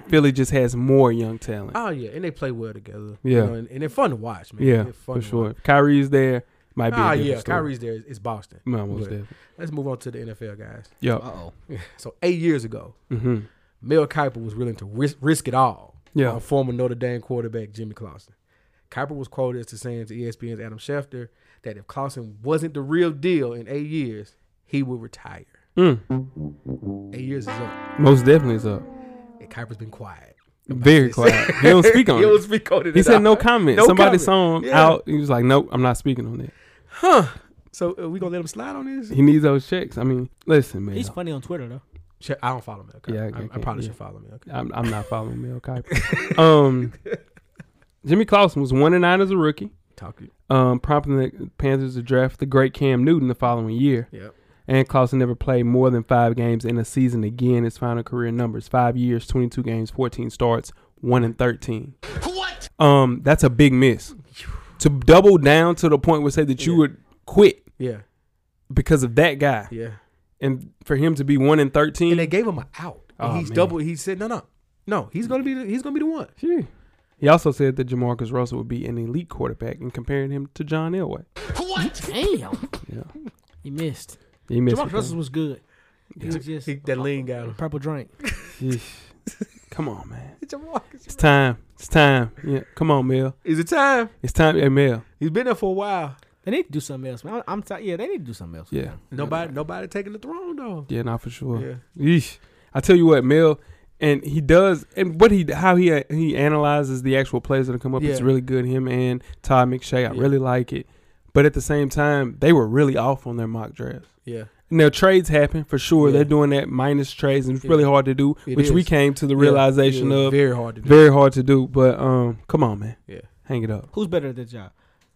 S2: Philly just has more young talent.
S1: Oh yeah, and they play well together. You
S2: Yeah.
S1: know, and, and they're fun to watch, man.
S2: yeah,
S1: They're fun
S2: for
S1: to
S2: sure.
S1: watch.
S2: If Kyrie's there. Might be.
S1: Ah
S2: a different
S1: yeah,
S2: story.
S1: Kyrie's there. It's- It's Boston.
S2: No, most
S1: But-
S2: definitely.
S1: Let's move on to the NFL guys.
S3: Uh
S2: Yeah.
S3: oh.
S1: So eight years ago,
S2: Mm-hmm.
S1: Mel Kiper was willing to risk, risk it all.
S2: Yeah.
S1: on former Notre Dame quarterback Jimmy Clausen. Kiper was quoted as to saying to E ESPN's Adam Schefter that if Clausen wasn't the real deal in eight years, he would retire.
S2: Mm.
S1: Eight years is up,
S2: Most definitely is up.
S1: and Kiper's been quiet.
S2: Very quiet. He don't speak on
S1: he don't
S2: it.
S1: speak on it.
S2: He
S1: at all.
S2: said no comment.
S1: No
S2: Somebody
S1: comment.
S2: saw him
S1: Yeah.
S2: out. He was like, nope, I'm not speaking on that.
S1: Huh? So are we gonna let him slide on this?
S2: He needs those checks. I mean, listen, man.
S3: He's funny on Twitter though.
S1: Sh- I don't follow Mel. Kiper.
S2: Yeah, I
S1: I, I
S2: can't-
S1: probably
S2: yeah.
S1: should follow Mel. Kiper.
S2: I'm, I'm not following Mel Kiper. um, Jimmy Clausen was 1 and 9 as a rookie,
S1: Talk it.
S2: um, prompting the Panthers to draft the great Cam Newton the following year.
S1: Yep.
S2: And Clausen never played more than five games in a season again. His final career numbers five years, 22 games, 14 starts, 1 and 13.
S6: What?
S2: Um, That's a big miss. To double down to the point where say that you
S1: Yeah.
S2: would quit
S1: Yeah.
S2: because of that guy
S1: Yeah.
S2: and for him to be one in thirteen,
S1: and they gave him an out. And
S2: Oh,
S1: he's
S2: man.
S1: double. He said, no, no, no. He's gonna be. The, he's gonna be the one.
S2: phew. he also said that Jamarcus Russell would be an elite quarterback, and comparing him to John Elway.
S3: Damn,
S2: Yeah,
S3: he missed.
S2: he missed.
S3: Jamarcus
S2: it,
S3: Russell was good. He was just
S1: He, that lean got him.
S3: purple drink.
S2: though. Yeesh. Come on, man.
S1: Jamarcus.
S2: It's time. It's time. Yeah, come on, Mel.
S1: Is it time?
S2: It's time, hey, Mel.
S1: He's been there for a while.
S3: They need to do something else, man. I'm tired. Yeah, they need to do something else.
S2: Yeah,
S1: Nobody, nobody taking the throne though.
S2: yeah, not for sure.
S1: Yeah.
S2: Yeesh. I tell you what, Mel, and he does, and what he how he he analyzes the actual plays that have come up is
S1: Yeah.
S2: really good. Him and Todd McShay, I
S1: Yeah.
S2: really like it. But at the same time, they were really off on their mock drafts.
S1: Yeah.
S2: Now trades happen for sure.
S1: Yeah.
S2: They're doing that minus trades, and it's
S1: Yeah.
S2: really hard to do,
S1: It
S2: which we
S1: is.
S2: came to the realization
S1: Yeah,
S2: of.
S1: very hard to do.
S2: Very hard to do, but um, come on, man,
S1: Yeah.
S2: hang it up.
S3: Who's better at their job?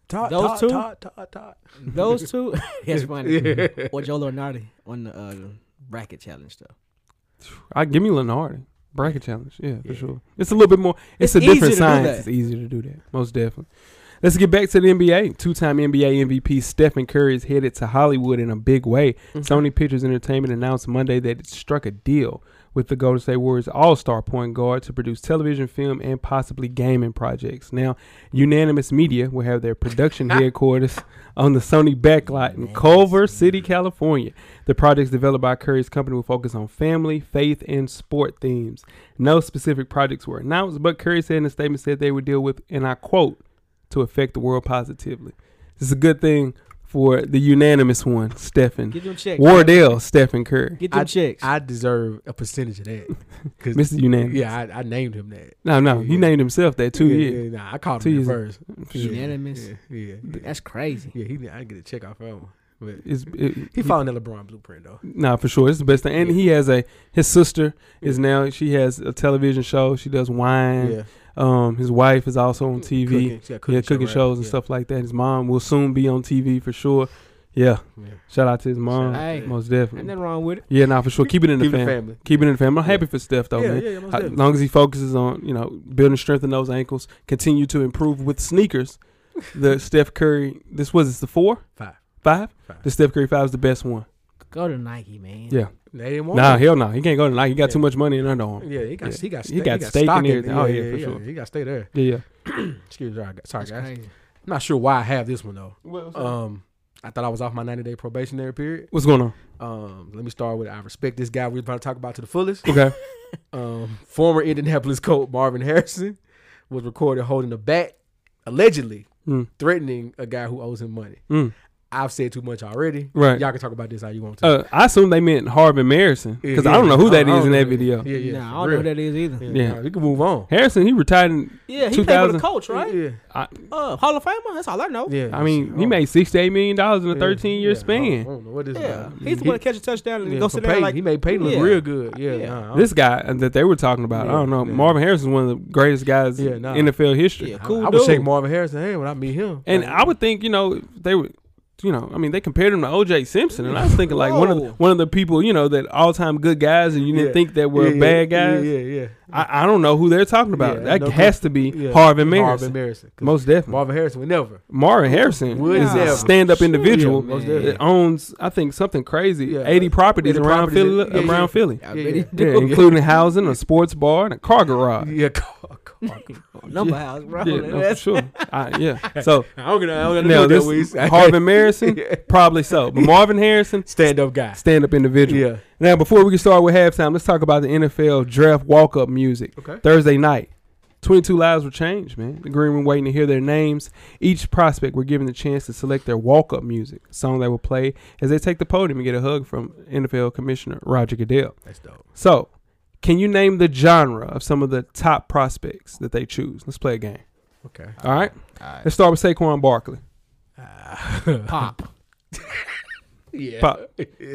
S1: Todd,
S3: Those
S1: Todd,
S3: two?
S1: Todd, Todd, Todd.
S3: Those two? yes, funny.
S1: Yeah.
S3: Or Joe Leonardi on the uh, bracket challenge stuff.
S2: I give me Lenardi bracket challenge, yeah, for
S1: Yeah.
S2: sure. It's a little bit more. It's,
S3: It's
S2: a different
S3: easy to do
S2: science.
S3: that.
S2: It's easier to do that, most definitely. Let's get back to the NBA. Two-time NBA MVP Stephen Curry is headed to Hollywood in a big way.
S3: Mm-hmm.
S2: Sony Pictures Entertainment announced Monday that it struck a deal with the Golden State Warriors All-Star point guard to produce television, film, and possibly gaming projects. Now, Unanimous Media will have their production headquarters on the Sony backlot in Culver City, California. The projects developed by Curry's company will focus on family, faith, and sport themes. No specific projects were announced, but Curry said in a statement said they would deal with, and I quote, to affect the world positively. This is a good thing for the unanimous one, Stephen.
S3: Get them checks.
S2: Wardell, Stephen Curry.
S3: Get them
S1: I-
S3: checks.
S1: I deserve a percentage of that. 'Cause-
S2: Mr. Unanimous.
S1: yeah, I, I named him that.
S2: No, no,
S1: Yeah,
S2: he
S1: yeah.
S2: named himself that too.
S1: yeah,
S2: Yeah,
S1: yeah, Nah, I called
S2: Two
S1: him
S2: years.
S1: that first.
S2: For sure.
S3: Unanimous.
S1: Yeah, yeah, yeah.
S3: That's crazy.
S1: Yeah, he, I didn't get a check off that one. But
S2: It's, it,
S1: he followed that LeBron blueprint though.
S2: Nah, for sure, it's the best thing. And he has a his sister is now she has a television show. She does wine.
S1: Yeah,
S2: Um, his wife is also on TV.
S1: Cooking, yeah, cooking,
S2: yeah, cooking
S1: show,
S2: shows
S1: right.
S2: and
S1: Yeah,
S2: stuff like that. His mom will soon be on TV for sure. Yeah,
S1: yeah.
S2: shout out to his mom,
S3: Shout out to-
S2: most
S3: Ain't
S2: definitely.
S3: nothing wrong with it.
S2: Yeah, nah, for sure. Keep it in the
S1: Keep it
S2: family.
S1: family.
S2: Keep it in the family. I'm happy for Steph though,
S1: yeah,
S2: man.
S1: yeah, yeah, most
S2: As
S1: definitely.
S2: long as he focuses on you know building strength in those ankles, continue to improve with sneakers. The Steph Curry, this was it's the four,
S1: Five.
S2: five.
S1: Five.
S2: The Steph Curry five is the best one.
S3: Go to Nike, man.
S2: Yeah,
S1: They didn't want
S2: nah,
S1: him.
S2: hell no, he can't go to Nike. He got
S1: Yeah.
S2: too much money in underarm.
S1: Yeah, he got
S2: Yeah.
S1: he got
S2: He
S1: sta-
S2: got steak and
S1: stock in-
S2: everything. Oh, yeah, for sure.
S1: He got to stay there.
S2: Yeah, yeah.
S1: Excuse me, sorry
S3: That's
S1: guys.
S3: crazy.
S1: Not sure why I have this one though. Um, I thought I was off my 90 day probationary period.
S2: Uh, What's going on?
S1: Um, let me start with I respect this guy we're about to talk about to the fullest.
S2: Okay,
S1: Um, former Indianapolis Colt Marvin Harrison was recorded holding a bat, allegedly
S2: Mm.
S1: threatening a guy who owes him money.
S2: Mm.
S1: I've said too much already.
S2: Right.
S1: Y'all can talk about this how you want to.
S2: uh, I assume they meant Harvey Marison because
S1: Yeah,
S2: I don't know who
S1: yeah.
S2: that is
S1: I- I
S2: in
S1: don't
S2: that
S1: know.
S2: video.
S1: Yeah, yeah.
S3: nah,
S1: for
S3: I don't know
S1: real.
S3: who that is either.
S1: Yeah,
S2: Yeah.
S1: nah, we can move on.
S2: Harrison, he retired. In,
S3: Yeah, he played for
S2: 2000
S3: the coach, right?
S1: Yeah,
S3: Uh, Hall of Famer. That's all I know.
S1: yeah.
S2: I mean, he
S1: Oh,
S2: made sixty-eight million dollars in a
S1: yeah,
S2: thirteen-year
S1: yeah. oh, I
S2: span.
S1: don't know what this is
S3: Yeah,
S1: about.
S3: he's the one to catch a touchdown and
S1: Yeah,
S3: go
S1: for
S3: sit there
S1: Peyton.
S3: like
S1: he made Peyton look
S3: Yeah.
S1: real good. Yeah,
S3: Yeah.
S1: nah, I don't-
S2: This guy that they were talking about, I
S1: oh. Yeah,
S2: don't know.
S1: yeah.
S2: Marvin Harrison is one of the greatest guys
S1: Yeah,
S2: in
S1: nah.
S2: NFL history.
S3: Yeah,
S1: I-
S3: cool
S1: I, would
S3: dude.
S1: shake Marvin Harrison hand when I meet him.
S2: And
S1: Like,
S2: I would think, you know, if they were, you know, I mean, they compared him to O.J. Simpson, and I was thinking like one of the,
S3: Whoa.
S2: one of the people, you know, that all-time good guys, and you didn't
S1: Yeah.
S2: think that
S1: yeah,
S2: were
S1: yeah,
S2: bad guys.
S1: Yeah, yeah.
S2: I, I don't know who they're talking about.
S1: Yeah,
S2: that
S1: no
S2: has to be
S1: yeah.
S2: Harvin Marison.
S1: Marvin Harrison. 'Cause
S2: Most definitely.
S1: Marvin Harrison would never.
S2: Marvin Harrison
S1: Would
S2: is a
S1: never.
S2: stand-up individual
S1: most
S3: man.
S2: that
S1: definitely.
S2: owns, I think, something crazy,
S1: Yeah.
S2: 80 properties
S1: 80
S2: around
S1: properties
S2: Philly,
S1: in- yeah,
S2: around
S1: yeah.
S2: Philly.
S1: Yeah,
S3: I bet he
S1: yeah.
S2: Yeah, including housing, a sports bar, and a car garage.
S1: Yeah, car, car.
S3: number house, bro.
S2: Yeah, no, for
S3: That's-
S2: sure. I, yeah. So
S1: I don't know. I don't
S2: now
S1: know
S2: this
S1: what that was.
S2: Harvin Harrison, probably so, but Marvin Harrison,
S1: Stand up guy.
S2: stand-up individual.
S1: Yeah.
S2: Now, before we get started with halftime, let's talk about the NFL draft walk-up music.
S1: Okay.
S2: Thursday night, 22 lives were changed, man. The Green Room waiting to hear their names. Each prospect were given the chance to select their walk-up music, a song they will play as they take the podium and get a hug from NFL Commissioner Roger Goodell.
S1: That's dope.
S2: So, can you name the genre of some of the top prospects that they choose? Let's play a game.
S1: Okay.
S2: All right? Let's start with Saquon Barkley.
S3: Pop.
S1: Yeah.
S2: Pop.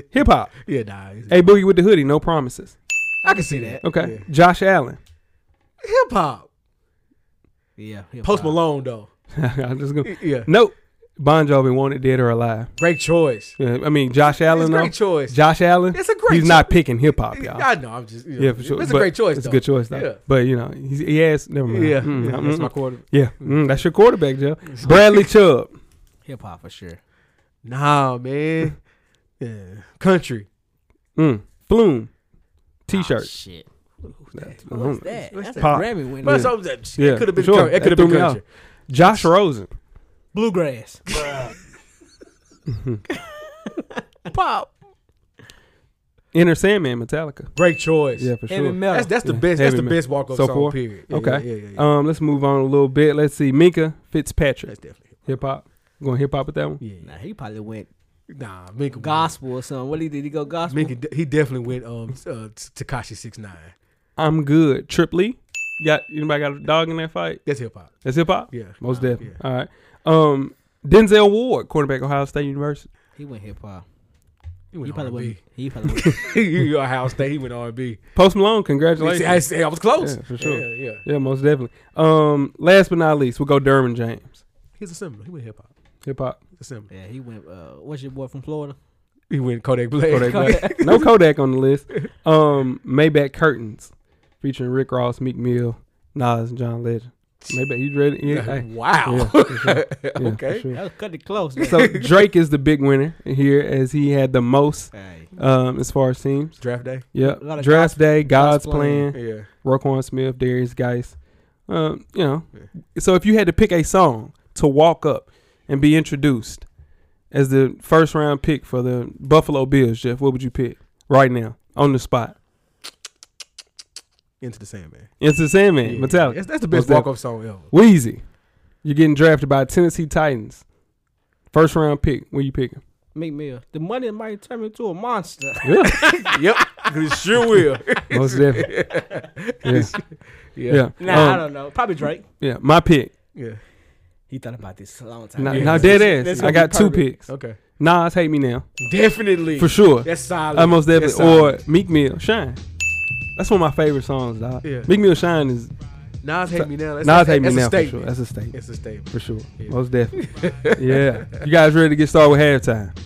S2: Hip-hop.
S1: Yeah, nah. it's-
S2: Hey, Boogie with the hoodie, no promises.
S1: I can see that.
S2: Okay. Josh Allen.
S1: Hip hop.
S3: Yeah. he'll
S1: Post
S3: pop.
S1: Malone though.
S2: I'm just gonna.
S1: Yeah.
S2: Nope. Bon Jovi wanted dead or alive.
S1: Great choice.
S2: Yeah, I mean, Josh
S1: It's
S2: Allen.
S1: a
S2: though.
S1: great choice.
S2: Josh Allen.
S1: It's a great
S2: He's not picking hip hop, y'all.
S1: I know. I'm just. You know,
S2: yeah, for sure.
S1: It's a
S2: But
S1: great choice.
S2: It's
S1: though.
S2: a good choice though.
S1: Yeah.
S2: But you know, he's, he has never mind.
S1: Yeah.
S2: Mm,
S1: yeah,
S2: mm,
S1: That's
S2: mm.
S1: my quarter.
S2: yeah. Mm, that's your quarterback, Joe. Bradley Chubb.
S3: Hip hop for sure.
S1: Nah, man. Yeah. Country.
S2: Mm. Bloom. T shirt.
S6: Oh, shit.
S3: What's Ah, that?
S1: What's
S3: That's
S1: that?
S3: a
S2: Pop.
S3: Grammy winner.
S1: But so, that-
S2: Yeah,
S1: it could have been
S2: sure.
S1: country.
S2: That
S1: It could
S2: threw
S1: have
S2: me
S1: been
S2: off.
S1: country.
S2: Josh Rosen.
S3: Bluegrass. Pop.
S2: Inner Sandman Metallica.
S1: Great choice.
S2: Yeah, for
S3: Heavy
S2: sure.
S3: metal.
S1: That's that's the
S2: Yeah.
S1: best. That's
S2: Heavy
S1: the
S2: metal.
S1: best walk up
S2: So
S1: song.
S2: far?
S1: Period. Yeah,
S2: Okay.
S1: Yeah, yeah, yeah.
S2: Um, let's move on a little bit. Let's see. Minka Fitzpatrick.
S1: that's definitely.
S2: Hip hop. Going hip hop with that one?
S1: Yeah.
S3: Nah, he probably went
S1: Nah, Minka.
S3: gospel or something. What he did? He go gospel.
S1: Minka. de- He definitely went um uh, Takashi six nine.
S2: I'm good. Trip Lee. Got anybody got a dog in that fight?
S1: That's hip hop.
S2: That's hip hop?
S1: Yeah.
S2: Most definitely.
S1: yeah.
S2: All right. Um Denzel Ward, quarterback Ohio State University.
S3: He went hip hop.
S1: He
S3: He
S1: went
S3: probably went.
S1: R&B.
S3: He probably went.
S1: you Ohio State. He went R&B.
S2: Post Malone,
S1: See,
S2: congratulations.
S1: I, see, I was close.
S2: Yeah, for sure.
S1: Yeah, yeah.
S2: Yeah, most definitely. Um, last but not least, we'll go Derwin James.
S1: He's a similar. He went hip hop.
S2: Hip hop.
S1: He's a similar.
S3: yeah, he went. Uh, what's your boy from Florida?
S1: He went Kodak Black.
S2: Kodak Black. no Kodak on the list. Um, Maybach Curtains featuring Rick Ross, Meek Mill, Nas, and John Legend. Maybach, you ready? Yeah, hey.
S1: Wow.
S2: Yeah, for sure. Yeah, for
S1: okay.
S2: sure.
S3: That was cut it close.
S2: So Drake is the big winner here as he had the most
S3: hey,
S2: um, as far as teams.
S1: Draft day.
S2: Yeah.
S3: A lot of
S2: Draft Day, God's,
S3: God's
S2: Plan,
S3: Plan.
S1: Yeah.
S2: Roquan Smith, Darius Geis. Um, you know.
S1: Yeah.
S2: So if you had to pick a song to walk up and be introduced as the first round pick for the Buffalo Bills, Jeff, what would you pick right now on the spot?
S1: Into the Sandman.
S2: It's the Sandman,
S1: Yeah.
S2: Metallica,
S1: That's, that's the best
S2: Most
S1: walk off song ever.
S2: Wheezy. You're getting drafted by Tennessee Titans. First round pick. What you picking?
S3: Meek Mill. The money might turn me into a monster.
S2: Yeah,
S1: yep. 'cause It sure will.
S2: most definitely. Yeah, yeah.
S1: Yeah.
S3: Nah,
S2: Um,
S3: I don't know. Probably Drake.
S2: yeah. My pick.
S1: Yeah.
S3: He thought about this a long time.
S2: Now,
S1: Yeah.
S2: now dead
S1: That's
S2: ass.
S1: gonna
S2: I
S1: be
S2: got two
S1: perfect.
S2: picks.
S1: Okay.
S2: Nas, hate me now
S1: Definitely.
S2: for sure.
S1: That's solid.
S2: I most
S1: That's
S2: definitely. Or
S1: solid.
S2: Meek Mill, Shine. That's one of my favorite songs, dog.
S1: Yeah.
S2: Meek Mill, Shine is
S1: Nas hate me now. That's that's-
S2: Nas hate me
S1: that's a
S2: now for sure.
S1: statement.
S2: That's a statement
S1: It's a statement.
S2: for sure.
S1: Yeah.
S2: Most definitely. yeah. You guys ready to get started with halftime?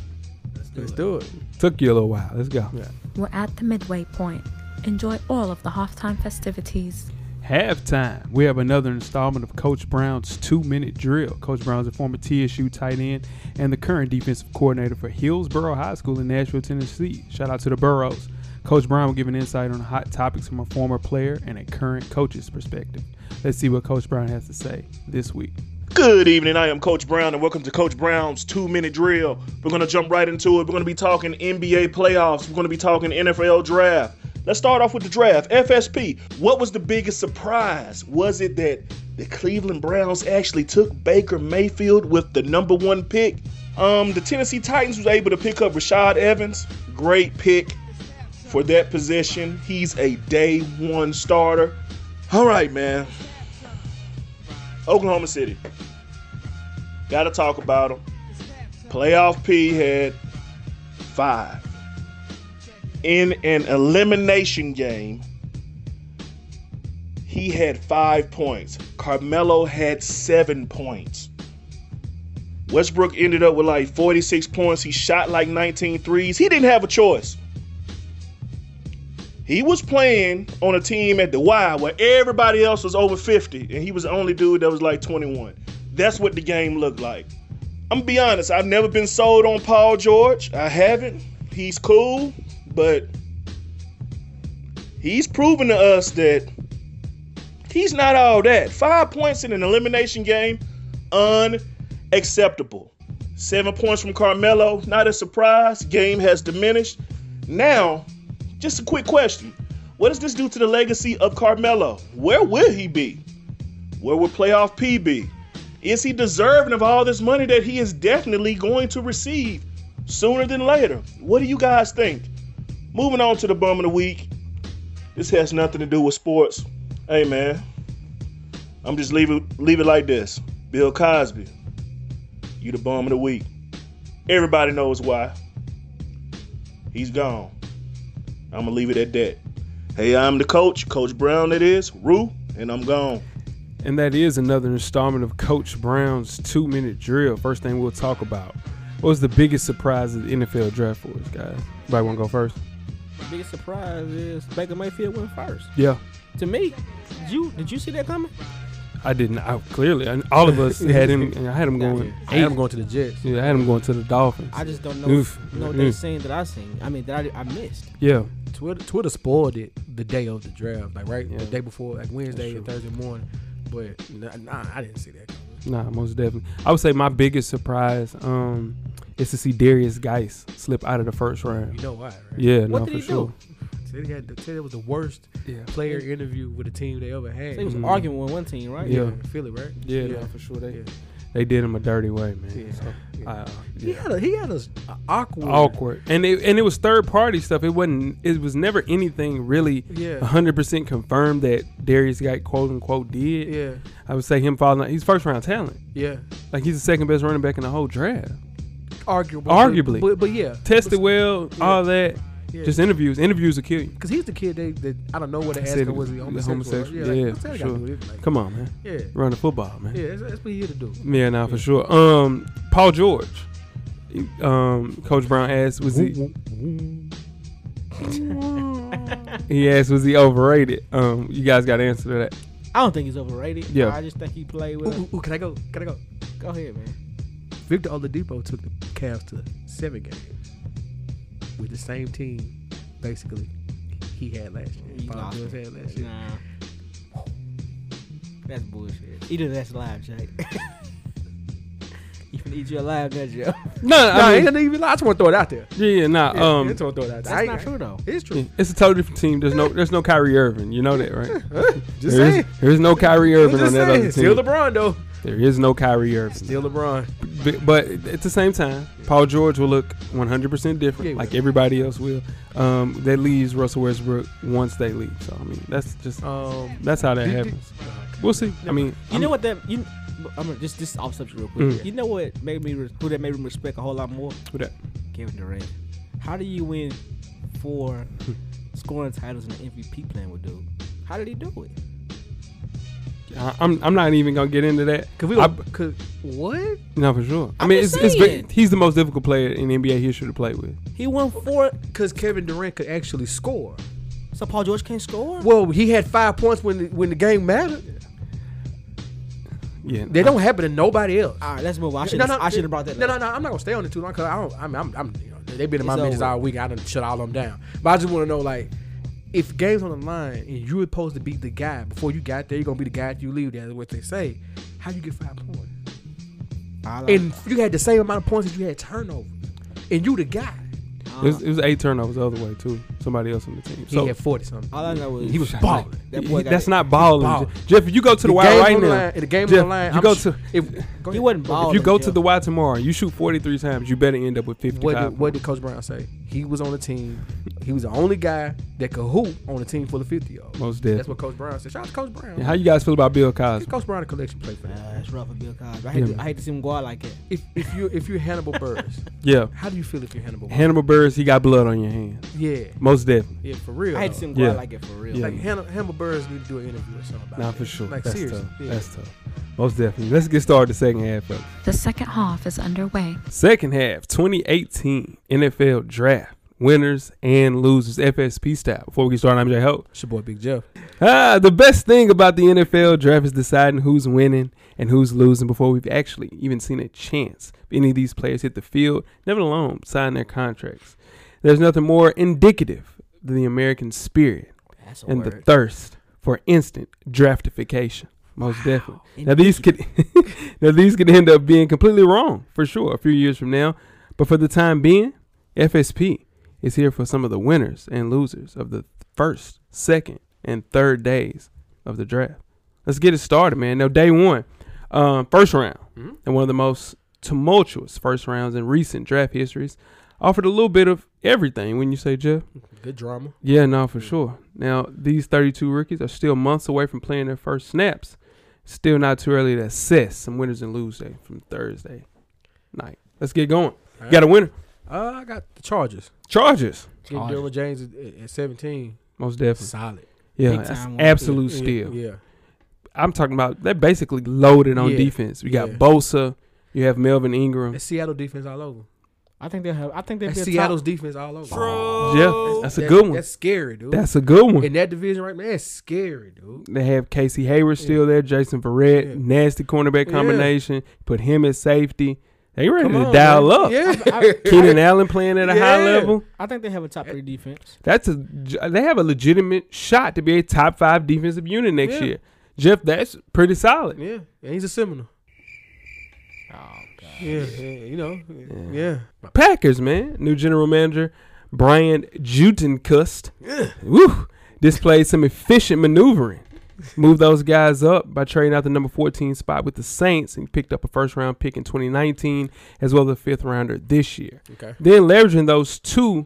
S1: Let's do it.
S2: Took you a little while. Let's go.
S4: We're at the midway point. Enjoy all of the halftime festivities.
S2: Halftime. We have another installment of Coach Brown's two minute drill. Coach Brown's a former TSU tight end and the current defensive coordinator for Hillsborough High School in Nashville, Tennessee. Shout out to the Burrows. Coach Brown will give an insight on hot topics from a former player and a current coach's perspective. Let's see what Coach Brown has to say this week.
S7: Good evening. I am Coach Brown, and welcome to Coach Brown's two minute drill. We're going to jump right into it. We're going to be talking NBA playoffs, we're going to be talking NFL draft. Let's start off with the draft. FSP, what was the biggest surprise? Was it that the Cleveland Browns actually took Baker Mayfield with the number one pick? Um, the Tennessee Titans was able to pick up Rashad Evans. Great pick for that position. He's a day one starter. All right, man. Oklahoma City. Got to talk about them. Playoff P had five. In an elimination game, he had five points. Carmelo had seven points. Westbrook ended up with like 46 points. He shot like 19 threes. He didn't have a choice. He was playing on a team at the Y where everybody else was over 50, and he was the only dude that was like 21. That's what the game looked like. I'm gonna be honest, I've never been sold on Paul George. I haven't. He's cool, but he's proven to us that he's not all that. Five points in an elimination game, unacceptable. Seven points from Carmelo, not a surprise. Game has diminished. Now, just a quick question. What does this do to the legacy of Carmelo? Where will he be? Where will playoff P be? Is he deserving of all this money that he is definitely going to receive sooner than later? What do you guys think? Moving on to the bum of the week. This has nothing to do with sports. Hey man, I'm just leave it leave it like this. Bill Cosby, you the bum of the week. Everybody knows why. He's gone. I'm gonna leave it at that. Hey, I'm the coach, Coach Brown. It is Rue, and I'm gone.
S2: And that is another installment of Coach Brown's two minute drill. First thing we'll talk about. What was the biggest surprise of the NFL draft for us, guys? Everybody want to go first?
S3: The biggest surprise is Baker Mayfield went first.
S2: Yeah.
S3: To me, did you did you see that coming?
S2: I didn't. I, clearly, and all of us had him. I had him going.
S1: I am going to the Jets.
S2: Yeah, I had him going to the Dolphins.
S3: I just don't know,
S2: Oof.
S3: know what they
S2: Mm.
S3: seen that I seen. I mean, that I, I missed.
S2: Yeah,
S1: Twitter, Twitter spoiled it the day of the draft, like right
S2: Yeah.
S1: the day before, like Wednesday and
S2: true.
S1: Thursday morning. But nah, nah, I didn't see that. coming.
S2: nah, most definitely. I would say my biggest surprise um, is to see Darius Geis slip out of the first round.
S1: You know why? Right?
S2: Yeah,
S3: What
S2: no,
S3: did
S2: for
S3: he
S2: sure.
S1: said he had the, said it was the worst
S2: Yeah,
S1: player interview with a team they ever had.
S3: They was
S2: Mhm.
S3: arguing with one team, right?
S2: Yeah.
S1: Philly, right?
S2: yeah,
S1: Yeah.
S2: no, for sure. They
S1: Yeah.
S2: they did him a dirty way, man.
S1: Yeah.
S2: So, I, uh,
S1: He
S2: yeah.
S1: had a he had a, s- a awkward.
S2: awkward and it and it was third party stuff it wasn't it was never anything really
S1: Yeah.
S2: 100% confirmed that Darius got quote unquote did
S1: Yeah,
S2: I would say him falling out he's first round talent
S1: yeah.
S2: like he's the second best running back in the whole draft
S1: Arguably.
S2: Arguably.
S1: But, but yeah.
S2: tested well
S1: Yeah.
S2: all that
S1: Yeah.
S2: just interviews interviews will kill you
S1: Because he's the kid they, they I don't know what they
S2: Said
S1: asked
S2: he
S1: him was he
S2: was
S1: homosexual.
S2: homosexual.
S1: right?
S2: Yeah,
S1: like, what's that
S2: for
S1: got to
S2: sure.
S1: do with it? Like,
S2: come on man
S1: Yeah.
S2: run the football man
S1: Yeah, that's, that's what he here to do.
S2: yeah now for sure um Paul George um Coach Brown asked was he he asked was he overrated um you guys got to answer to that
S3: I don't think he's overrated.
S2: Yeah.
S3: I just think he played
S1: Ooh,
S3: with.
S1: ooh, ooh, can I go? Can I go?
S3: Go ahead, man.
S1: Victor Oladipo took the Cavs to seven games with the same team, basically. He had last year.
S3: He
S1: Paul
S3: lost
S1: George
S3: it.
S1: had last year.
S3: Nah. That's bullshit. Either that's live, Jake. you can eat you alive, that Joe.
S2: no
S1: Nah,
S2: I
S1: ain't
S2: mean,
S1: gonna even lie. I just want to throw it out there.
S2: yeah, yeah nah
S1: Yeah,
S2: um
S1: I just want to throw it out there. I
S3: That's
S1: ain't-
S3: not true though.
S1: It's true.
S2: Yeah, It's a totally different team. There's no there's no Kyrie Irving. You know that, right?
S1: Just
S2: There is-
S1: saying.
S2: there is no Kyrie
S1: I'm
S2: Irving
S1: just
S2: on that
S1: saying.
S2: other
S1: Still
S2: team.
S1: LeBron though.
S2: there is no Kyrie Irving.
S1: Still LeBron.
S2: B- but at the same time, Paul George will look 100% different,
S1: Yeah, he
S2: like
S1: will.
S2: everybody else will. Um, that leaves Russell Westbrook once they leave. So I mean, that's just
S1: Um,
S2: that's how that
S1: did- did-
S2: happens. We'll see. I mean,
S3: You know what that you. I'm gonna just this is off subject real quick.
S2: Mm.
S3: You know what made me re- who that made me respect a whole lot more?
S2: Who that?
S3: Kevin Durant. How do you win four scoring titles in the MVP plan with dude? How did he do it?
S2: I- I'm I'm not even gonna get into that.
S1: Cause we
S2: I-
S1: gonna, cause what?
S2: no, for sure. I
S3: I'm
S2: mean, it's,
S3: just
S2: it's ve-
S3: saying.
S2: he's the most difficult player in NBA history to play with.
S3: He won four,
S1: Cause Kevin Durant could actually score.
S3: so Paul George can't score.
S1: Well, he had five points when the, when the game mattered.
S2: Yeah,
S1: They don't happen to nobody else.
S3: All right, let's move. on. I should have I should have brought that.
S1: No,
S3: up.
S1: no, no. I'm not gonna stay on it too long because I don't. I'm. I'm. I'm you know, they've been in my
S3: It's
S1: mentions
S3: over.
S1: all week. I done shut all them down. But I just want to know, like, if games on the line and you were supposed to be the guy before you got there, you're gonna be the guy after you leave. That's what they say. How you get five points?
S3: I like-
S1: And you had the same amount of points as you had turnovers, and you the guy.
S2: It was, it was eight turnovers the other way too. Somebody else on the team.
S1: He
S2: So
S1: had forty something.
S3: all I know is
S1: He was balling.
S3: That boy
S2: He-
S3: got
S2: that's
S3: it.
S2: not balling.
S1: Balling.
S2: Jeff, if you go to the,
S1: The
S2: wild
S1: game
S2: right
S1: on the
S2: now,
S1: line- the game on
S2: Jeff,
S1: the line,
S2: you
S1: I'm
S2: go
S1: sh-
S2: to
S1: If,
S3: He wasn't balling.
S2: if you go to
S3: Jeff.
S2: the Y tomorrow, you shoot 43 times, you better end up with 55.
S1: What did, what did Coach Brown say? He was on the team. He was the only guy that could hoop on the team full of 50 yards.
S2: Most
S1: That's
S2: definitely.
S1: what Coach Brown said. Shout out to Coach Brown.
S2: And How you guys feel about Bill
S1: Give
S2: Cosby?
S1: Coach Brown a collection plate for
S3: Nah,
S1: that.
S3: that's rough for Bill Cosby. I hate,
S2: Yeah,
S3: to,
S2: man.
S3: I hate to see him go out like that.
S1: If if you if you're Hannibal Burris,
S2: Yeah.
S1: how do you feel if you're Hannibal? Buress?
S2: Hannibal Burris, he got blood on your hands.
S1: yeah,
S2: Most definitely.
S1: yeah, for real.
S3: I hate
S1: though.
S3: to see him go
S2: Yeah.
S3: out like that for real.
S2: Yeah.
S1: Like Hannibal, Hannibal Burris need to do an interview or something about
S2: Nah,
S1: that.
S2: for sure.
S1: Like
S2: That's
S1: seriously,
S2: tough.
S1: yeah.
S2: That's tough. Most definitely. Let's get started the second half of it.
S4: The second half is underway.
S2: Second half, 2018 NFL Draft. Winners and losers, FSP style. Before we get started, I'm Jay Hope.
S1: it's your boy Big Jeff.
S2: Ah, the best thing about the NFL draft is deciding who's winning and who's losing before we've actually even seen a chance if any of these players hit the field, never alone sign their contracts. There's nothing more indicative than the American spirit
S3: That's a
S2: and the
S3: word.
S2: thirst for instant draftification. Most definitely. Now these could now these could end up being completely wrong for sure a few years from now, but for the time being, FSP is here for some of the winners and losers of the first, second, and third days of the draft. Let's get it started, man. Now day one, um, first round,
S1: Mhm.
S2: and one of the most tumultuous first rounds in recent draft histories, offered a little bit of everything. When you say Jeff.
S1: Good drama.
S2: Yeah, no, for sure. Now, these 32 rookies are still months away from playing their first snaps. Still not too early to assess some winners and losers from Thursday night. Let's get going.
S1: All
S2: Got a winner.
S1: Uh, I got the Chargers.
S2: Chargers.
S1: Getting
S2: Chargers.
S1: Derwin James at, at 17,
S2: Most definitely.
S1: solid.
S2: Yeah,
S3: Big
S2: that's
S3: time one.
S2: absolute
S1: Yeah,
S2: steal.
S1: Yeah,
S2: I'm talking about they're basically loaded on
S1: Yeah,
S2: defense. We got
S1: yeah.
S2: Bosa. You have Melvin Ingram.
S1: it's Seattle defense all over.
S3: I think they'll have. I think they'll
S1: That's
S3: be a
S1: Seattle's
S3: top.
S1: defense all over.
S2: Yeah, that's a good one.
S1: That's scary, dude.
S2: That's a good one.
S1: in that division right now. That's scary, dude.
S2: They have Casey Hayward still there, Jason Verrett, nasty cornerback
S1: Yeah.
S2: combination. Put him at safety. They ready
S1: Come
S2: to
S1: on,
S2: dial
S1: man.
S2: up.
S1: Yeah.
S2: Keenan Allen playing at a high
S1: Yeah.
S2: level.
S3: I think they have a top three defense.
S2: That's a they have a legitimate shot to be a top five defensive unit next
S1: Yeah.
S2: year. Jeff, that's pretty solid.
S1: yeah. And he's a Seminole. Oh, God. Yeah, yeah, you know. Yeah.
S2: Packers, man. New general manager Brian Jutenkust. Woo! Displayed some efficient maneuvering. Moved those guys up by trading out the number 14 spot with the Saints and picked up a first round pick in 2019 as well as a fifth rounder this year.
S1: Okay.
S2: Then leveraging those two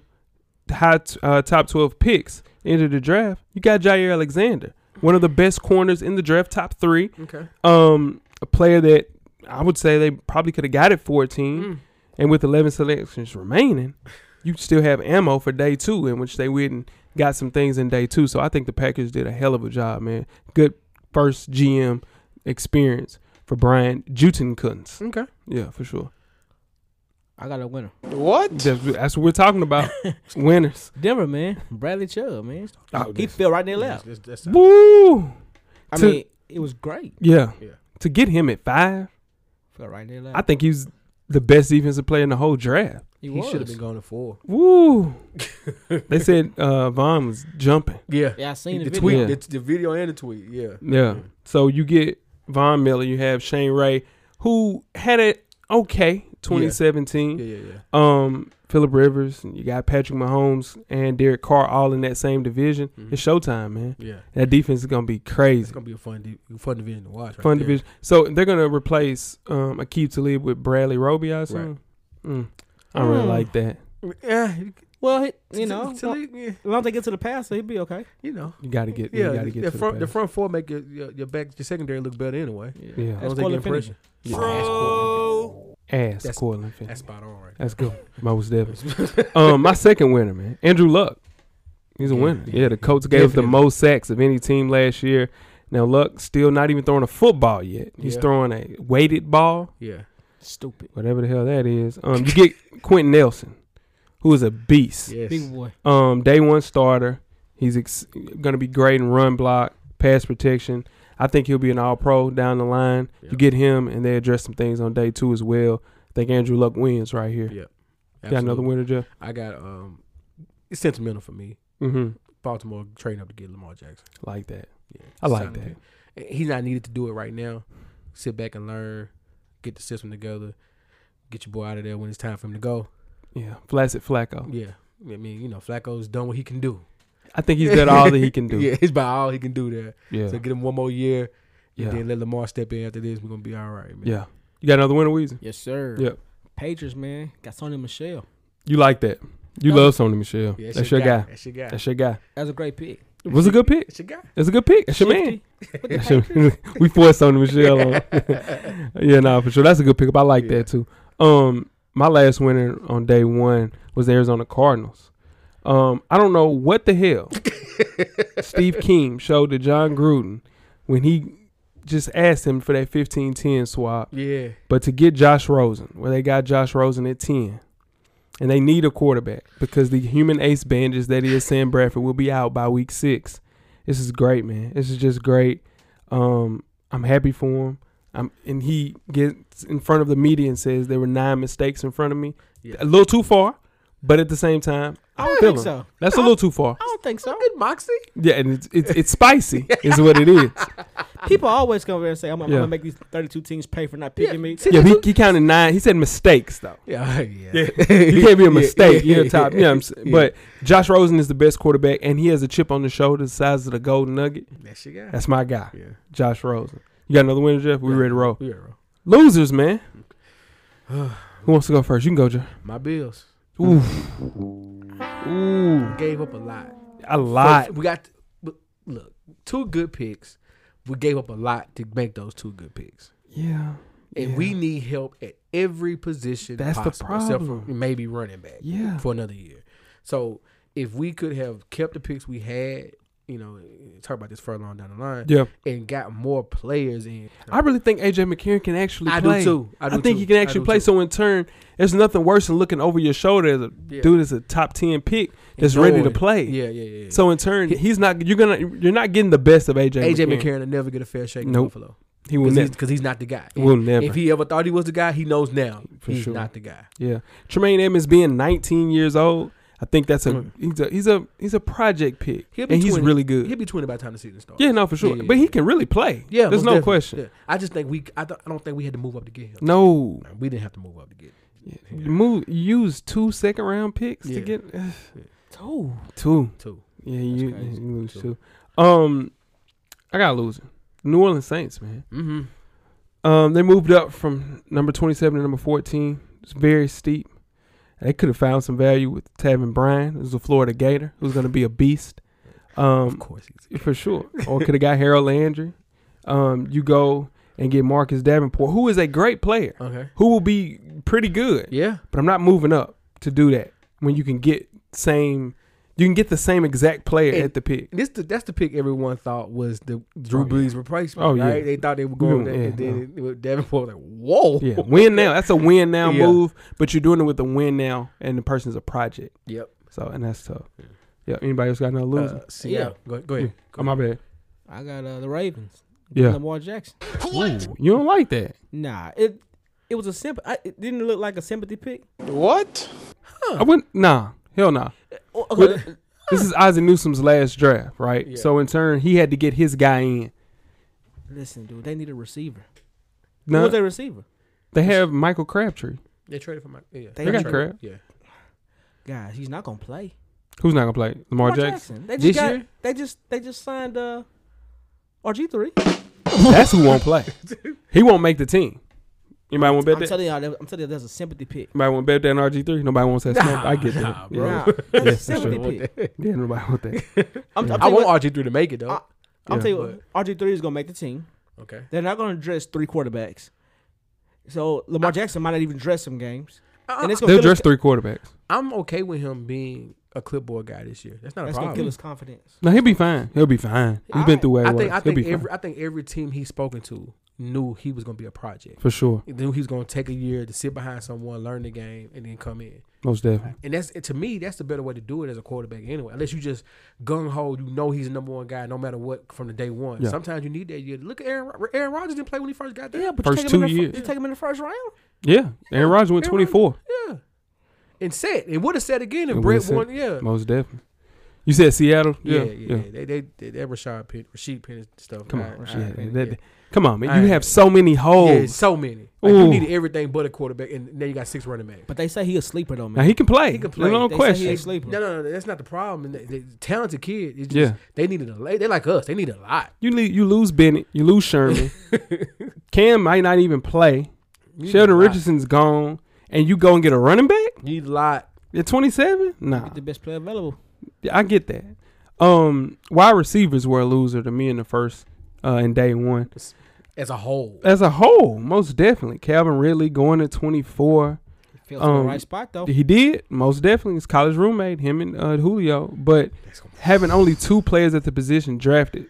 S2: high t- uh, top 12 picks into the draft, you got Jair Alexander, one of the best corners in the draft, top three.
S1: Okay.
S2: Um, a player that I would say they probably could have got at 14.
S1: Mm.
S2: And with 11 selections remaining, you still have ammo for day two, in which they went and got some things in day two. So I think the Packers did a hell of a job, man. Good first GM experience for Brian Jutenkunz.
S1: Okay.
S2: Yeah, for sure.
S3: I got a winner.
S2: That's, that's what we're talking about. Winners.
S3: Denver, man. Bradley Chubb, man.
S2: Oh,
S3: he fell right in their lap.
S1: That's, that's, that's
S2: Woo!
S3: I
S2: to-
S3: mean, it was great.
S2: Yeah.
S1: Yeah.
S2: To get him at five,
S3: Fell right in their lap.
S2: I think he's the best defensive player in the whole draft.
S3: he
S1: he
S3: was.
S1: should have been going to four.
S2: Woo! they said uh, Vaughn was jumping.
S1: Yeah.
S3: Yeah, I seen the,
S1: the,
S3: video.
S1: tweet, the,
S2: Yeah.
S1: the video and the tweet. Yeah.
S2: Yeah. So you get Von Miller, you have Shane Ray, who had it okay 2017.
S1: Yeah, yeah, yeah.
S2: Um, Philip Rivers, and you got Patrick Mahomes and Derek Carr all in that same division. It's showtime, man.
S1: Yeah.
S2: That defense is gonna be
S1: Mm-hmm. It's
S2: crazy.
S1: going to be a fun, di- fun division to watch. Right
S2: Fun
S1: there.
S2: division. So they're gonna replace um Akeem Talib with Bradley Roby, I assume. Mm. I don't really
S3: Mm.
S2: like that.
S1: Yeah. you- uh,
S3: Well, he, you know,
S1: to- to- yeah,
S3: as long as they get to the pass, he'll be okay.
S1: you know.
S2: You gotta get
S1: Yeah,
S2: you gotta
S1: the,
S2: get
S1: the
S2: to
S1: front the
S2: the, pass.
S1: front four make your your, your back your secondary look better anyway.
S2: Yeah.
S1: As long as
S3: That's
S1: they get
S3: quarterback
S1: pressure.
S3: finishing.
S1: Yeah, that's cool.
S2: ass
S1: That's-
S2: Corlin Finch.
S1: That's spot on right
S2: That's good. Most definitely. um, my second winner, man, Andrew Luck. He's a winner. Yeah, the Colts gave the
S1: Definitely.
S2: most sacks of any team last year. Now Luck still not even throwing a football yet. He's
S1: Yeah.
S2: throwing a weighted ball,
S1: Yeah.
S3: Stupid.
S2: whatever the hell that is. Um, you get Quentin Nelson, who is a beast.
S1: Yes.
S3: Big boy.
S2: Um, day one starter. He's ex- going to be great in run block, pass protection. I think he'll be an All Pro down the line. You
S1: Yeah.
S2: get him, and they address some things on day two as well. I think Andrew Luck wins right here.
S1: Yeah.
S2: Got another winner, Jeff.
S1: I got um it's sentimental for me.
S2: Mm-hmm.
S1: Baltimore trading up to get Lamar Jackson.
S2: Like that.
S1: Yeah.
S2: I like
S1: Sign
S2: that.
S1: him. He's not needed to do it right now. Sit back and learn, get the system together, get your boy out of there when it's time for him to go.
S2: Yeah. Flaccid Flacco.
S1: Yeah. I mean, you know, Flacco's done what he can do.
S2: I think he's done all that he can do.
S1: yeah,
S2: Yeah.
S1: it's about all he can do there.
S2: Yeah.
S1: So get him one more year, and then let Lamar step in after this. We're gonna be all right, man.
S2: You got another winner, Weezy?
S3: Yes, sir.
S2: Yep.
S3: Patriots, man. Got Sonny Michelle.
S2: You like that. You love Sony Michelle.
S1: Yeah,
S2: that's, your guy.
S1: That's your guy.
S2: That's your guy.
S3: That was a great pick.
S2: It was a good pick.
S1: That's your guy.
S2: It's a good pick. That's your man. That's your- we forced Sony Michelle on. yeah, nah, for sure. That's a good pickup. I like
S1: Yeah.
S2: that too. Um, my last winner on day one was the Arizona Cardinals. Um, I don't know what the hell Steve Keem showed to John Gruden when he just asked him for that fifteen ten swap.
S1: Yeah.
S2: But to get Josh Rosen, where they got Josh Rosen at 10, and they need a quarterback because the human ace bandage that is Sam Bradford will be out by week six. This is great, man. This is just great. Um, I'm happy for him. I'm, and he gets in front of the media and says there were nine mistakes in front of me.
S1: Yeah.
S2: A little too far, but at the same time,
S3: I
S2: I
S3: don't
S2: feel
S3: think
S2: him.
S3: so.
S2: That's a little too far.
S3: I don't think so.
S1: Good Moxie.
S2: Yeah, and it's it's, it's spicy, is what it is.
S3: People always come over there and say, I'm, I'm
S2: Yeah.
S3: gonna make these 32 teams pay for not picking me.
S2: Yeah, he, he counted nine. He said mistakes though.
S1: Yeah. Yeah.
S2: you can't be a mistake. You're top. Yeah, I'm, s- but Josh Rosen is the best quarterback, and he has a chip on the shoulder the size of the golden nugget.
S1: That's your guy.
S2: That's my guy,
S1: yeah.
S2: Josh Rosen. You got another winner, Jeff? We ready to roll.
S1: We are wrong.
S2: Losers, man. Who wants to go first? You can go, Jeff.
S1: My Bills
S2: Ooh, ooh,
S1: gave up a lot.
S2: a lot.
S1: We got but look two good picks. We gave up a lot to make those two good picks,
S2: Yeah,
S1: and
S2: Yeah.
S1: we need help at every position.
S2: That's the
S1: possible, except for
S2: problem.
S1: maybe running back.
S2: yeah.
S1: for another year. So if we could have kept the picks we had you know, talk about this further on down the line.
S2: Yeah.
S1: And got more players in.
S2: I really think AJ McCarron can actually
S1: I do
S2: play.
S1: too. I do
S2: think
S1: too.
S2: he can
S1: I
S2: actually
S1: do
S2: play.
S1: too.
S2: So in turn, there's nothing worse than looking over your shoulder as a
S1: Yeah.
S2: dude that's a top ten pick that's ready to
S1: Knowing-
S2: play.
S1: Yeah, yeah, yeah. yeah.
S2: So in turn, he's not. You're gonna. You're not getting the best of AJ.
S1: AJ
S2: McCarron.
S1: McCarron will never get a fair shake in
S2: Nope.
S1: Buffalo
S2: He will
S1: because
S2: never.
S1: he's, 'cause he's not the guy.
S2: Will never.
S1: If he ever thought he was the guy, he knows now
S2: For
S1: he's
S2: sure.
S1: not the guy.
S2: Yeah, Tremaine Edmonds being 19 years old, I think that's a
S1: Mm.
S2: he's a he's a he's a project pick,
S1: He'll
S2: and
S1: be
S2: he's
S1: 20.
S2: really good.
S1: He'll be twenty by the time the season starts.
S2: yeah, no, for sure.
S1: Yeah, yeah,
S2: but he
S1: yeah.
S2: can really play.
S1: Yeah, most
S2: there's no
S1: definitely.
S2: question.
S1: Yeah. I just think we. I don't, I don't think we had to move up to get him.
S2: No,
S1: we didn't have to move up to get. Him.
S2: You move you use two second round picks
S1: Yeah.
S2: to get ugh,
S3: Two.
S2: two.
S1: Too.
S2: Yeah, you,
S3: crazy.
S2: you lose two.
S1: Two.
S2: Um, I got a loser. New Orleans Saints, man.
S1: Mm-hmm.
S2: Um, they moved up from number 27 to number 14. It's very steep. They could have found some value with Tavin Bryan, who's a Florida Gator, who's going to be a beast.
S1: Of
S2: Um,
S1: course he's.
S2: for sure. Or could have got Harold Landry. Um, you go and get Marcus Davenport, who is a great player,
S1: Okay.
S2: who will be pretty good.
S1: Yeah.
S2: But I'm not moving up to do that when you can get same, you can get the same exact player
S1: And-
S2: at the pick.
S1: This the, that's the pick everyone thought was the Drew
S2: Oh, yeah.
S1: Brees replacement.
S2: Oh,
S1: Oh
S2: yeah. Mm,
S1: yeah, right? they thought they were going
S2: Yeah,
S1: there, and
S2: yeah,
S1: then it- Davenport was like, "Whoa,
S2: Yeah, win now. That's a win now
S1: Yeah.
S2: move, but you're doing it with a win now, and the person's a project.
S1: yep."
S2: So, and that's tough. Yeah. Anybody else got another loser?
S1: Uh, Seattle. Go, go ahead.
S2: oh my bad.
S3: I got uh, the Ravens.
S2: Yeah.
S3: Lamar Jackson.
S2: Ooh, you don't like that.
S3: Nah, it it was a simp. I, it didn't look like a sympathy pick.
S2: I wouldn't. Nah. Hell nah.
S3: Oh,
S2: Well,
S3: okay,
S2: This is Isaac Newsom's last draft, right?
S1: Yeah.
S2: So in turn, he had to get his guy in.
S3: Listen, dude, they need a receiver. Who
S2: No,
S3: was their receiver?
S2: they have Michael Crabtree,
S1: They traded for my. Yeah,
S3: They
S2: They got
S1: traded-
S2: Crab.
S1: Yeah.
S3: Guys, he's not gonna play.
S2: who's not gonna play Lamar, Jackson.
S3: They just
S1: This
S3: got,
S1: year?
S3: They just they just signed uh RG three.
S2: That's who won't play. He won't make the team. Anybody want to bet
S3: I'm
S2: that?
S3: telling y'all, that- I'm telling you, that's a sympathy pick.
S2: Anybody want to bet that on RG three? Nobody wants that. smoke. I get that.
S1: nah,
S2: yeah.
S1: bro.
S3: Nah, that's a
S2: for sure.
S3: sympathy pick.
S2: yeah, nobody want that.
S3: I'm, I'm
S1: I
S3: telling you
S1: want
S3: what,
S1: RG three to make it though.
S3: I- I'm
S2: yeah.
S3: telling you, what, RG three is gonna make the team.
S1: okay.
S3: They're not gonna dress three quarterbacks. So Lamar Jackson might not even dress some games, and it's gonna
S2: They'll
S3: kill
S2: dress
S3: his,
S2: three quarterbacks.
S1: I'm okay with him being a clipboard guy this year. That's not a
S3: that's gonna
S1: problem.
S3: kill his confidence.
S2: No, he'll be fine. He'll be fine. He's been through where
S1: I
S2: it was.
S1: think I
S2: He'll
S1: think
S2: be
S1: every
S2: fine
S1: I think every team he's spoken to knew he was gonna be a project.
S2: for sure.
S1: Knew he was gonna take a year to sit behind someone, learn the game, and then come in.
S2: Most definitely.
S1: And that's to me, that's the better way to do it as a quarterback anyway. Unless you just gung ho, you know he's the number one guy no matter what from the day one.
S2: Yeah.
S1: Sometimes you need that year. Look at Aaron. Rod- Aaron Rodgers didn't play when he first got there.
S3: Yeah, but
S2: First
S3: you take
S2: two
S3: him in the, fir-
S2: years.
S3: You take him in the first round.
S2: Yeah, Aaron Rodgers went
S1: Aaron
S2: twenty four.
S1: Yeah. And set. And would have set again if
S2: And
S1: Brett
S2: would've set.
S1: won. Yeah.
S2: Most definitely. You said Seattle.
S1: Yeah, yeah, They, they, they, that Rashad Penn, Rashid Penn stuff.
S2: Come
S1: I-
S2: on,
S1: I-
S2: Rashid.
S1: I-
S2: That- come on, man. you
S1: Alright.
S2: have so many
S1: yeah.
S2: holes.
S1: Yeah, so many. Like, you
S2: Oh. Ooh.
S1: needed everything but a quarterback, and now you got six running backs.
S3: But they say he a sleeper though, man.
S2: Now he can play.
S1: He can
S2: There's
S1: play.
S2: No
S3: They say
S2: question.
S3: he a sleeper.
S1: No, no, no, that's not the problem. They, they, talented kid. It's just,
S2: Yeah.
S1: they needed a. la- They like us. They need a lot.
S2: You le- you lose Bennett, you lose Sherman. Cam might not even play.
S1: You need a
S2: Sheldon
S1: lot.
S2: Richardson's gone, and you go and get a running back
S1: You need a lot.
S2: at twenty seven. Nah,
S3: the best player available.
S2: I get that. Um, wide receivers were a loser to me in the first uh in day one
S1: as a whole.
S2: as a whole, most definitely. Calvin Ridley going to twenty four.
S3: Feels in the
S2: Um,
S3: right spot
S1: Oh.
S3: though.
S2: He did most definitely. His college roommate, him and uh, Julio, but having only two players at the position drafted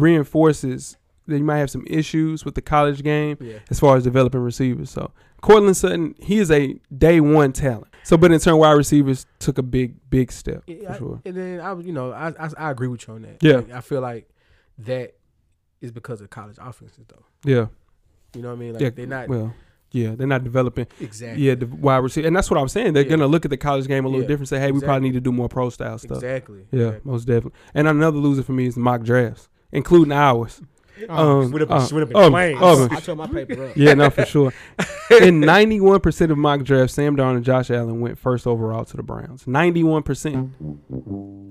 S2: reinforces that you might have some issues with the college game
S1: Yeah.
S2: as far as developing receivers. So Cortland Sutton, he is a day one talent. So, but in turn, wide receivers took a big, big step
S1: Yeah,
S2: for
S1: I-
S2: sure.
S1: And then I, was- you know, I, I I agree with you on that.
S2: Yeah.
S1: Like, I feel like that is because of college offenses, though.
S2: Yeah,
S1: You know what I mean? Like
S2: yeah.
S1: they're not
S2: well. Yeah, they're not developing.
S1: exactly.
S2: Yeah, the wide receiver, and that's what I was saying. They're
S1: Yeah.
S2: gonna look at the college game a little
S1: Yeah,
S2: different. Say, hey, we
S1: exactly.
S2: probably need to do more pro style stuff.
S1: Exactly.
S2: Yeah,
S1: Exactly.
S2: most definitely. And another loser for me is the mock drafts, including ours. Um,
S1: Would have
S2: uh,
S1: been, would have been
S2: um,
S1: playing.
S2: um,
S3: Uh-huh. I tore my paper up.
S2: Yeah, no, for sure. In 91% of mock drafts, Sam Darnold and Josh Allen went first overall to the Browns. 91%.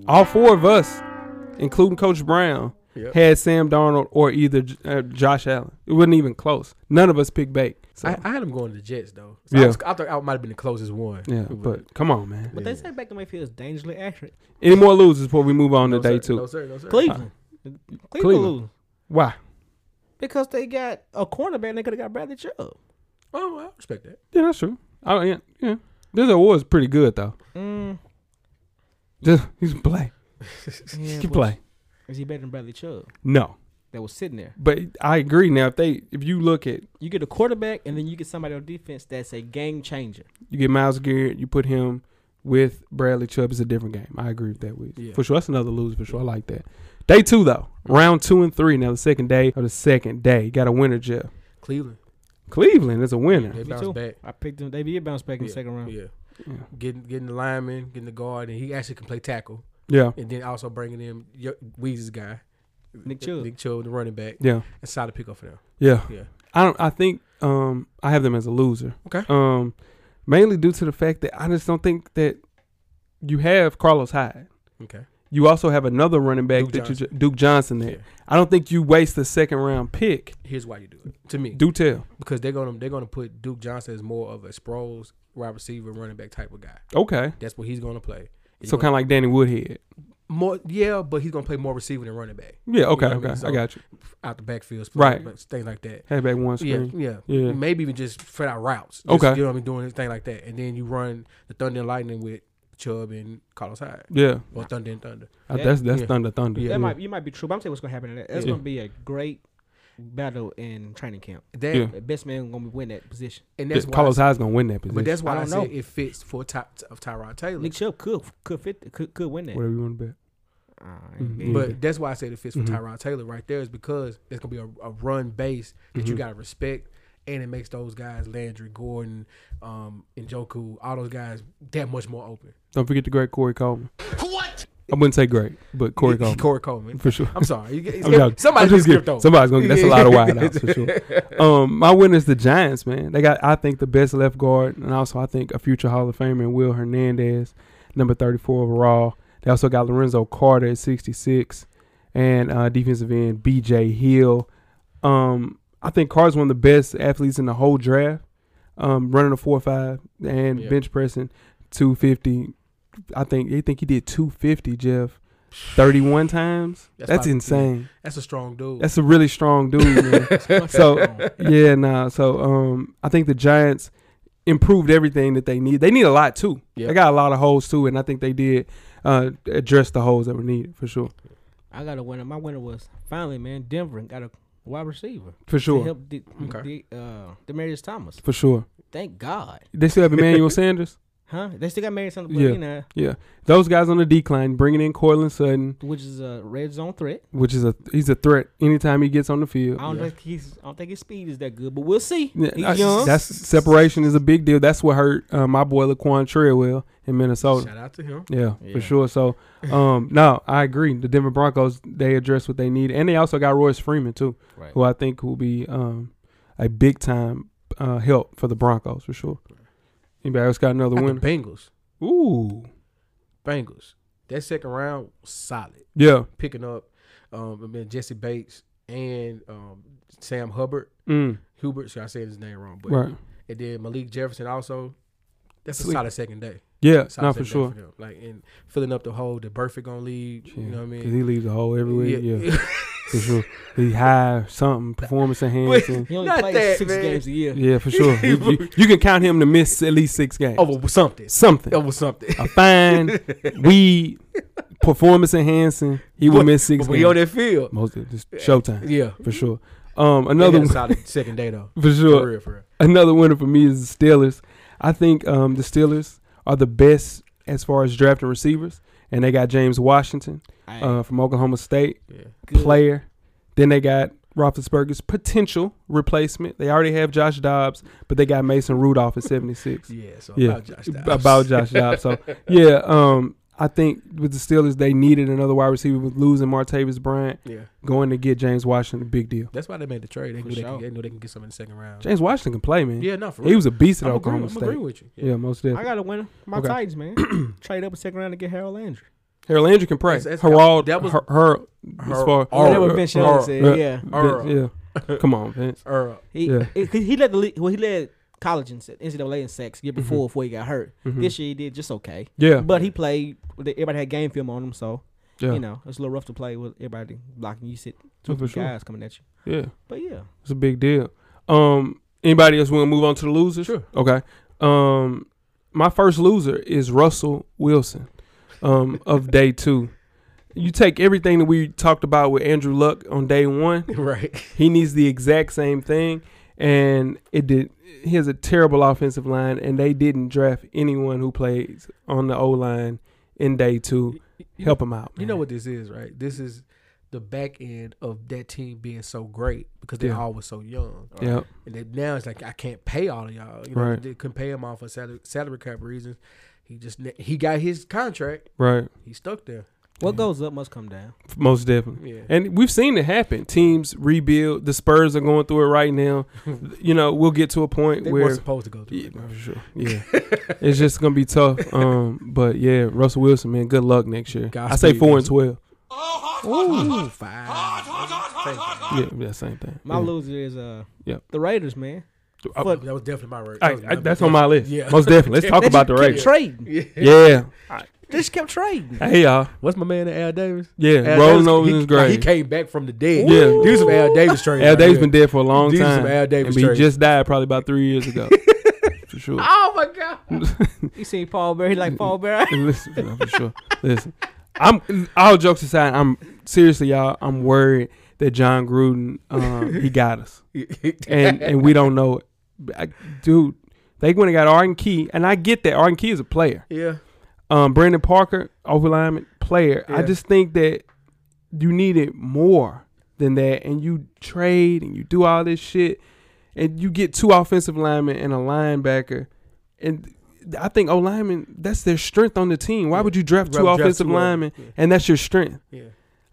S2: All four of us, including Coach Brown,
S1: Yep.
S2: had Sam Darnold or either J- uh, Josh Allen. It wasn't even close. None of us picked Bake. So,
S1: I, I had them going to the Jets though. So
S2: Yeah.
S1: I, was, I thought I might have been the closest one.
S2: yeah, but come on, man.
S3: But they say Baker Mayfield is dangerously accurate.
S2: Any more losers before we move on to day
S1: sir,
S2: two?
S1: No sir. No sir.
S3: Cleveland. Cleveland.
S2: Cleveland.
S3: losing.
S2: Why?
S3: Because they got a cornerback and they could have got Bradley Chubb.
S1: Oh, I respect that.
S2: Yeah, that's true. I, yeah, yeah. This award's pretty good, though.
S3: Mm,
S2: Just, he's play.
S3: yeah,
S2: He can
S3: but
S2: play.
S3: Is he better than Bradley Chubb
S2: No,
S3: that was sitting there?
S2: but I agree. Now, if they if you look at
S3: You get a quarterback, and then you get somebody on defense that's a game changer.
S2: you get Miles Garrett, you put him with Bradley Chubb, it's a different game. I agree with that with you.
S1: Yeah.
S2: for sure. That's another loser for sure. I like that. Day two though, round two and three. Now the second day of the second day, got a winner, Jeff.
S1: Cleveland.
S2: Cleveland is a winner.
S1: They
S3: Me
S1: bounce
S3: too.
S1: back.
S3: I picked him. They did bounce back in
S1: Yeah,
S3: the second round.
S1: Yeah.
S2: Yeah.
S1: Getting getting the lineman, getting the guard, and he actually can play tackle,
S2: Yeah,
S1: and then also bringing in Yo- Weezy's guy,
S3: Nick Chubb.
S1: Nick Chubb, the running back.
S2: yeah,
S1: That's solid pickup for them.
S2: yeah.
S1: Yeah.
S2: I don't. I think um I have them as a loser.
S1: Okay.
S2: Um, mainly due to the fact that I just don't think that you have Carlos Hyde.
S1: Okay.
S2: You also have another running back
S1: Duke
S2: that you ju- Duke Johnson there.
S1: Yeah.
S2: I don't think you waste the second round pick.
S1: Here's why you do it to me
S2: Do tell.
S1: because they're gonna they're gonna put Duke Johnson as more of a Sproles wide receiver, running back type of guy.
S2: Okay.
S1: That's what he's gonna play. He's
S2: So
S1: gonna-
S2: kind of like Danny Woodhead.
S1: more yeah, but he's gonna play more receiver than running back
S2: Yeah. Okay.
S1: know what I
S2: okay. I,
S1: mean? So-
S2: got you.
S1: out the backfield,
S2: Right.
S1: but things like that.
S2: Had back one
S1: Yeah,
S2: screen.
S1: yeah,
S2: Yeah.
S1: Maybe even just flat out routes. Just,
S2: Okay.
S1: you know what I mean, doing anything like that, and then you run the thunder and lightning with Chubb and Carlos Hyde
S2: Yeah.
S1: or thunder and thunder.
S2: Uh, that's that's
S1: Yeah.
S2: thunder thunder.
S1: Yeah.
S3: That might you might be true, but I'm saying what's gonna happen. to that. That's
S2: Yeah.
S3: gonna be a great battle in training camp.
S1: That
S2: Yeah.
S3: The best man gonna win that position.
S1: and
S2: Yeah,
S1: that's why. I
S2: Carlos
S1: said-
S2: Hyde's gonna win that position.
S1: but that's why
S3: I
S1: I,
S3: don't
S1: said
S3: know.
S1: it fits for top of Tyrod Taylor.
S3: Nick Chubb could could fit could, could win that.
S2: whatever you want to bet.
S3: Uh,
S2: Mhm.
S3: But
S1: Mm-hmm. But that's why I say it fits with
S2: Mhm.
S1: Tyrod Taylor right there is because it's gonna be a, a run base that you
S2: Mhm.
S1: gotta respect, and it makes those guys Landry, Gordon, um, and Joku, all those guys that much more open.
S2: Don't forget the great Corey Coleman. What? I wouldn't say great, but Corey Coleman
S1: Corey Coleman.
S2: for sure.
S1: I'm sorry, you, get-
S2: I'm joking.
S1: somebody
S2: I'm just
S1: just
S2: kidding.
S1: skipped over.
S2: Somebody's gonna. That's a lot of wide outs for sure. Um, my winner is the Giants, man. They got, I think, the best left guard, and also I think a future Hall of Famer in Will Hernandez, number thirty-four overall. They also got Lorenzo Carter at sixty-six, and uh, defensive end B.J. Hill. Um, I think Carter's one of the best athletes in the whole draft. Um, running a four-five and
S1: Yeah.
S2: bench pressing two fifty. I think they think he did two fifty, Jeff. Thirty-one times.
S1: That's
S2: That's
S1: my-
S2: insane.
S1: That's a strong dude.
S2: That's a really strong dude, man. so yeah, nah. So um, I think the Giants improved everything that they need. They need a lot too.
S1: Yeah.
S2: They got a lot of holes too, and I think they did uh, address the holes that were needed for sure.
S3: I got a winner. My winner was finally man Denver got a wide receiver
S2: For
S3: to
S2: sure.
S3: help the,
S1: Okay.
S3: the uh Demarius Thomas.
S2: For sure.
S3: Thank God,
S2: They still have Emmanuel Sanders.
S3: huh? They still got married something, but
S2: Yeah.
S3: you know,
S2: Those guys on the decline, bringing in Cortland Sutton,
S3: which is a red zone threat.
S2: which is a he's a threat anytime he gets on the
S3: I
S2: field.
S3: don't
S1: Yeah.
S3: think he's. I don't think his speed is that good, but we'll see.
S2: Yeah,
S3: he's
S2: that's,
S3: young.
S2: that's- separation is a big deal. That's what hurt uh, my boy Laquan Treadwell in Minnesota.
S1: Shout out to him.
S2: Yeah,
S3: Yeah.
S2: for sure. So, um, no, I agree. The Denver Broncos they address what they need, and they also got Royce Freeman too,
S3: Right.
S2: who I think will be um, a big time uh, help for the Broncos for sure. Anybody else got another
S1: Got The
S2: winner?
S1: Bengals,
S2: Ooh,
S1: Bengals. That second round was solid,
S2: yeah,
S1: picking up. Um, I mean Jesse Bates and um, Sam Hubbard,
S2: mm,
S1: Hubert. So I said his name wrong, but
S2: right,
S1: And then Malik Jefferson also. That's a
S2: Sweet.
S1: solid second day.
S2: yeah,
S1: Solid
S2: not
S1: second
S2: for
S1: day
S2: sure.
S1: them. Like and filling up the hole that Burfict gonna lead. You know what I
S2: Because
S1: mean?
S2: he leaves a hole everywhere. Yeah,
S1: Yeah.
S2: for sure. He high something performance enhancing.
S3: He only
S1: Not
S3: plays
S1: that,
S3: six
S1: man.
S3: games a year.
S2: yeah, for sure. You, you- you can count him to miss at least six games.
S1: Over something.
S2: something.
S1: Over something.
S2: a fine weed performance enhancing. He will
S1: But-
S2: miss six
S1: But we
S2: games.
S1: on that field.
S2: Most of it's Showtime
S1: Yeah.
S2: for sure. Um, another
S1: Another
S2: one-
S1: solid second day though.
S2: for
S1: For
S2: sure.
S1: real, for real.
S2: Another winner for me is the Steelers. I think um, the Steelers are the best as far as drafting receivers, and they got James Washington
S3: Aight,
S2: uh, from Oklahoma State,
S1: Yeah.
S3: good.
S2: player. Then they got Roethlisberger's potential replacement. They already have Josh Dobbs, but they got Mason Rudolph at seventy six.
S1: Yeah. So
S2: Yeah.
S1: about Josh Dobbs.
S2: about Josh Dobbs. So yeah, um, I think with the Steelers they needed another wide receiver with losing Martavis Bryant
S1: Yeah.
S2: going to get James Washington, big deal.
S1: That's why they made the trade. They
S3: For
S1: knew they,
S3: sure.
S1: can, they knew they can get some in the second round.
S2: James Washington can play, man.
S1: Yeah, no, for real.
S2: he was a beast at
S1: I'm agreeing,
S2: Oklahoma
S1: I'm
S2: State.
S1: agreeing with you.
S2: yeah. most
S3: I
S2: definitely.
S3: got a winner. My
S2: Okay.
S3: Titans, man. Trade up a second round to get Harold Landry.
S2: Harold Landry can play.
S1: That's- that's-
S2: Harold,
S1: that was-
S2: her, her, as
S1: Her-
S2: far,
S1: Oh,
S3: Oh, that what
S1: uh,
S3: Vince
S1: uh,
S3: Young said.
S2: uh,
S3: yeah,
S1: Earl.
S2: Vin- yeah. Come on, Vince.
S1: Earl.
S3: he
S2: yeah.
S3: it- 'cause he led the league, well, he led college in se- NCAA in sacks year before before he got hurt.
S2: Mhm.
S3: This year he did just okay,
S2: Mm-hmm. Yeah,
S3: but he played. Everybody had game film on him, so
S2: yeah,
S3: you know it's a little rough to play with everybody blocking you. Sit two
S2: Oh, for
S3: guys
S2: sure.
S3: coming at you,
S2: yeah.
S3: but yeah,
S2: It's a big deal. Um, anybody else want to move on to the losers?
S1: Sure.
S2: Okay. Um, my first loser is Russell Wilson, um, of day two. you take everything that we talked about with Andrew Luck on day one.
S1: right.
S2: He needs the exact same thing, and it did. He has a terrible offensive line, and they didn't draft anyone who plays on the O line in day two. Help him out.
S1: You
S2: man.
S1: know what this is, right? This is the back end of that team being so great because they
S2: Yeah.
S1: all were so young.
S2: Yep.
S1: And then now it's like I can't pay all of y'all. You know,
S2: Right.
S1: they couldn't pay him off for salary, salary cap reasons. He just ne- he got his contract.
S2: Right.
S1: He stuck there.
S3: What goes up must come down.
S2: Most definitely.
S1: Yeah.
S2: And we've seen it happen. Teams rebuild. The Spurs are going through it right now. you know, we'll get to a point
S1: They
S2: where
S1: weren't supposed to go through
S2: Yeah,
S1: it. man.
S2: for sure. Yeah, it's just gonna be tough. Um, but yeah, Russell Wilson, man, good luck next year. I say
S1: Godspeed,
S2: four and
S1: Russell.
S2: twelve.
S1: Ooh, five.
S2: Yeah, that same thing.
S3: My
S2: yeah.
S3: loser is uh
S2: Yep.
S3: the Raiders, man.
S2: I-
S1: Fuck, that was definitely my word.
S2: I-
S1: That was
S2: I-
S1: my-
S2: that's on my list.
S1: Yeah.
S2: Most definitely. Let's talk
S3: They
S2: about the
S3: just kept
S2: Raiders.
S3: trading.
S2: yeah.
S3: They just kept trading.
S2: Hey y'all.
S1: What's my man, Al Davis?
S2: Yeah.
S1: Al
S2: rolling
S1: Davis,
S2: over in
S1: he,
S2: his
S1: like, he
S2: grave.
S1: came back from the dead.
S2: Yeah.
S1: these some Al Davis trades.
S2: Al
S1: right
S2: Davis
S1: here.
S2: been dead for a long
S1: These are
S2: time.
S1: some Al Davis
S2: and he
S1: trades.
S2: just died probably about three years ago. for sure.
S1: Oh my god!
S3: You seen Paul Bear? He like Paul Bear.
S2: Listen, no, for sure. Listen, I'm all jokes aside. I'm seriously, y'all. I'm worried that John Gruden um, he got us, and and we don't know it. I, dude, they went and got Arden Key, and I get that Arden Key is a player.
S1: yeah,
S2: Um, Brandon Parker, over lineman, player. I
S1: Yeah.
S2: just think that you needed more than that, and you trade and you do all this shit, and you get two offensive linemen and a linebacker, and I think O linemen that's their strength on the team. Why
S1: Yeah.
S2: would you draft
S1: Rather
S2: two
S1: draft
S2: offensive
S1: two of them.
S2: linemen
S1: Yeah.
S2: and that's your strength?
S1: yeah.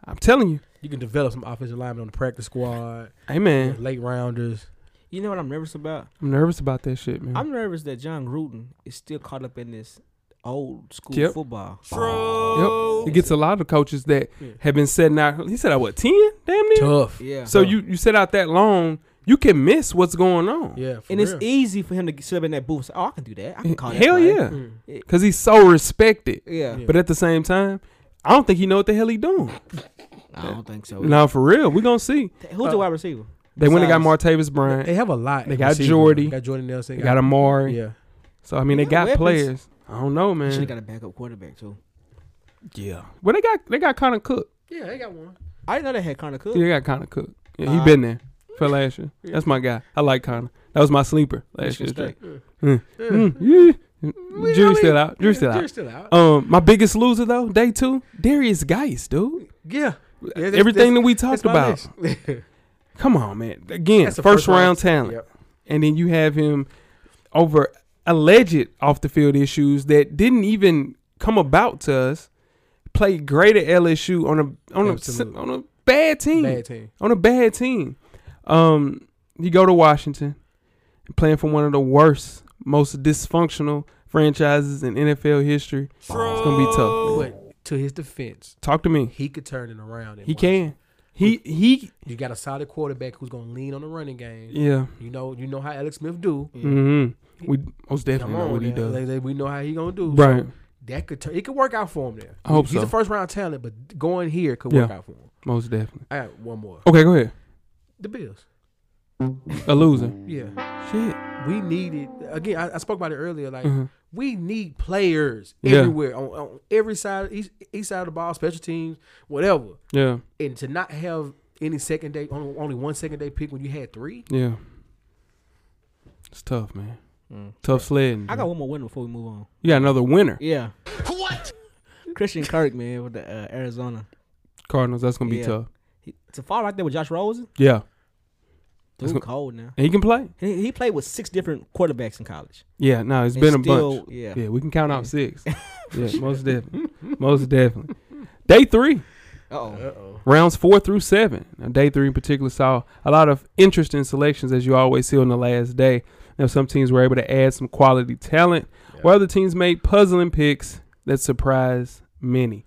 S2: I'm telling you,
S1: You can develop some offensive linemen on the practice squad,
S2: hey man,
S1: late rounders.
S3: You know what I'm nervous about?
S2: I'm nervous about that shit, man.
S3: I'm nervous that John Gruden is still caught up in this old school
S2: Yep.
S3: football.
S2: yep. It gets a lot of coaches that have been setting out. He said, "I what ten? Damn near."
S1: Tough.
S3: Yeah.
S2: So you you set out that long, you can miss what's going on.
S1: Yeah, for
S3: and
S1: real.
S3: it's easy for him to get- sit up in that booth. and say, oh, I can do that. I can call that
S2: Hell
S3: play."
S2: yeah,
S1: Mm.
S2: because he's so respected.
S3: yeah.
S1: Yeah.
S2: But at the same time, I don't think he know what the hell he doing.
S3: I don't think so.
S2: Now for real, we gonna see.
S3: Who's the wide receiver?
S2: They went and got
S3: Besides-
S2: Martavis Bryant.
S1: They have a lot.
S2: They
S1: in
S2: got
S1: receiver.
S2: Jordy.
S1: They got Jordan Nelson.
S2: They got Amari.
S1: Yeah,
S2: So I mean, they
S3: Yeah,
S2: got
S3: weapons.
S2: players. I don't know,
S3: Should
S2: man.
S3: have got a backup quarterback too.
S2: yeah. Well, they got they got Connor Cook.
S1: yeah, they got one.
S3: I didn't know they had Connor Cook.
S2: Yeah, they got Connor Cook. Yeah, he been there for last year. That's my guy. I like Connor. That was my sleeper last year.
S3: Michigan State.
S2: Mm. Mm. Yeah. Jury's still out. Jury's still out.
S1: still out.
S2: Um, my biggest loser though, day two, Darius Geis, dude.
S1: yeah, Yeah, that's-
S2: Everything that
S1: that's-
S2: we talked
S1: that's my
S2: about.
S1: list.
S2: Come on, man. Again,
S1: That's
S2: first,
S1: a
S2: round, talent.
S1: Yep.
S2: and then you have him over alleged off the field issues that didn't even come about to us. Play great at LSU on a on
S1: Absolutely.
S2: a on a bad team,
S1: Bad team.
S2: on a bad team. Um, you go to Washington, playing for one of the worst, most dysfunctional franchises in NFL history. It's gonna be tough. man.
S1: But to his defense,
S2: Talk to me.
S1: he could turn it around. in
S2: He
S1: one.
S2: can. He he.
S1: You got a solid quarterback who's going to lean on the running game.
S2: Yeah.
S1: You know, you know how Alex Smith do.
S2: hmm We most
S1: Come
S2: definitely know
S1: on,
S2: what he
S1: now.
S2: does.
S1: Like, like, we know how he gonna do. So
S2: Right.
S1: that could turn. It could work out for him there.
S2: I hope
S1: He's
S2: so.
S1: a first round talent, but going here could work
S2: Yeah.
S1: out for him.
S2: Most definitely.
S1: I got one more.
S2: Okay, go ahead.
S1: The Bills.
S2: A loser.
S1: Yeah,
S2: Shit.
S1: we needed again. I, I spoke about it earlier. Like
S2: Mhm.
S1: we need players
S2: Yeah.
S1: everywhere on, on every side, east, east side of the ball, special teams, whatever.
S2: Yeah,
S1: And to not have any second day, only, only one second day pick when you had three.
S2: yeah. It's tough, man.
S3: Mm.
S2: Tough sledding. bro.
S3: I got one more winner before we move on.
S2: You got another winner,
S3: Yeah. What? Christian Kirk, man, with the uh, Arizona.
S2: Cardinals. That's gonna be
S3: Yeah.
S2: tough.
S3: He, to fall right there with Josh Rosen,
S2: Yeah, That's
S3: dude,
S2: what-
S3: cold now.
S2: and he can play.
S3: He, he played with six different quarterbacks in college.
S2: Yeah, no, it's
S3: And
S2: been a
S3: still-
S2: bunch.
S3: yeah.
S2: yeah, we can count out six. yeah, most definitely, most definitely. Day three,
S3: Oh,
S1: oh.
S2: rounds four through seven. Now, day three in particular saw a lot of interesting selections, as you always see on the last day. Now, some teams were able to add some quality talent, while other teams made puzzling picks that surprised many.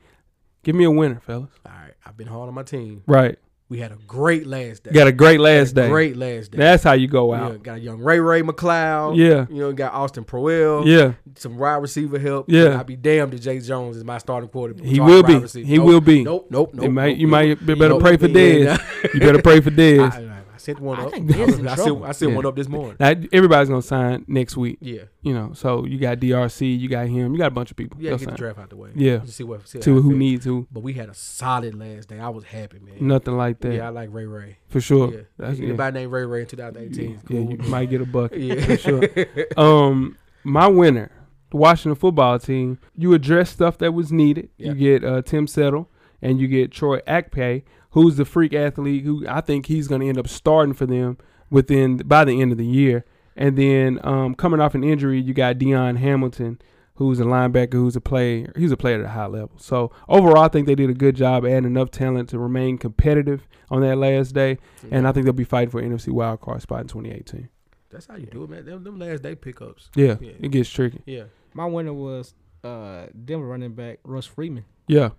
S2: Give me a winner, fellas.
S1: All right, I've been hard on my team.
S2: Right,
S1: We had a great last day.
S2: got a great last day.
S1: Great last day.
S2: That's how you go
S1: Yeah,
S2: out.
S1: got a young Ray Ray McLeod.
S2: Yeah.
S1: You know, got Austin Proel.
S2: Yeah,
S1: Some wide receiver help.
S2: Yeah.
S1: I'd be damned if Jay Jones is my starting quarterback.
S2: He
S1: Sorry,
S2: will
S1: wide
S2: be.
S1: receiver.
S2: He will be.
S1: Nope, nope, nope.
S2: you might
S1: nope,
S2: you
S1: nope.
S2: might be better
S1: Nope.
S2: pray for
S1: Yeah,
S2: Dez. you better pray for
S1: nah.
S2: Dez.
S1: I- I- I sent one
S3: I
S1: up.
S3: think Ben's in
S1: I sent,
S3: trouble.
S1: I sent
S2: Yeah.
S1: one up this morning.
S2: Now, everybody's gonna sign next week.
S1: Yeah,
S2: You know, so you got DRC, you got him, you got a bunch of people.
S1: yeah.
S2: They'll
S1: Get the
S2: sign.
S1: draft out the way.
S2: Yeah.
S1: Just see what see how
S2: to
S1: it
S2: who
S1: fits.
S2: needs who.
S1: But we had a solid last day. I was happy, man.
S2: Nothing like that
S1: Yeah, I like Ray Ray.
S2: for sure.
S1: Yeah,
S2: That's- yeah.
S1: anybody named Ray Ray in
S2: Yeah,
S1: 2018 is
S2: yeah,
S1: cool.
S2: you might get a bucket
S1: Yeah.
S2: for sure. Um, my winner, the Washington football team. You address stuff that was needed.
S1: Yeah.
S2: You get uh, Tim Settle and you get Troy Akpay, who's the freak athlete who I think he's going to end up starting for them within by the end of the year. And then um, coming off an injury, you got Deion Hamilton, who's a linebacker, who's a player. He's a player at a high level. So overall, I think they did a good job adding enough talent to remain competitive on that last day.
S1: Mm-hmm.
S2: And I think they'll be fighting for NFC wild card spot in 2018.
S1: That's how you do it, man. Them, them last day pickups.
S2: Yeah,
S1: Yeah.
S2: it gets tricky.
S1: Yeah,
S3: My winner was uh, Denver running back Russ Freeman.
S2: Yeah,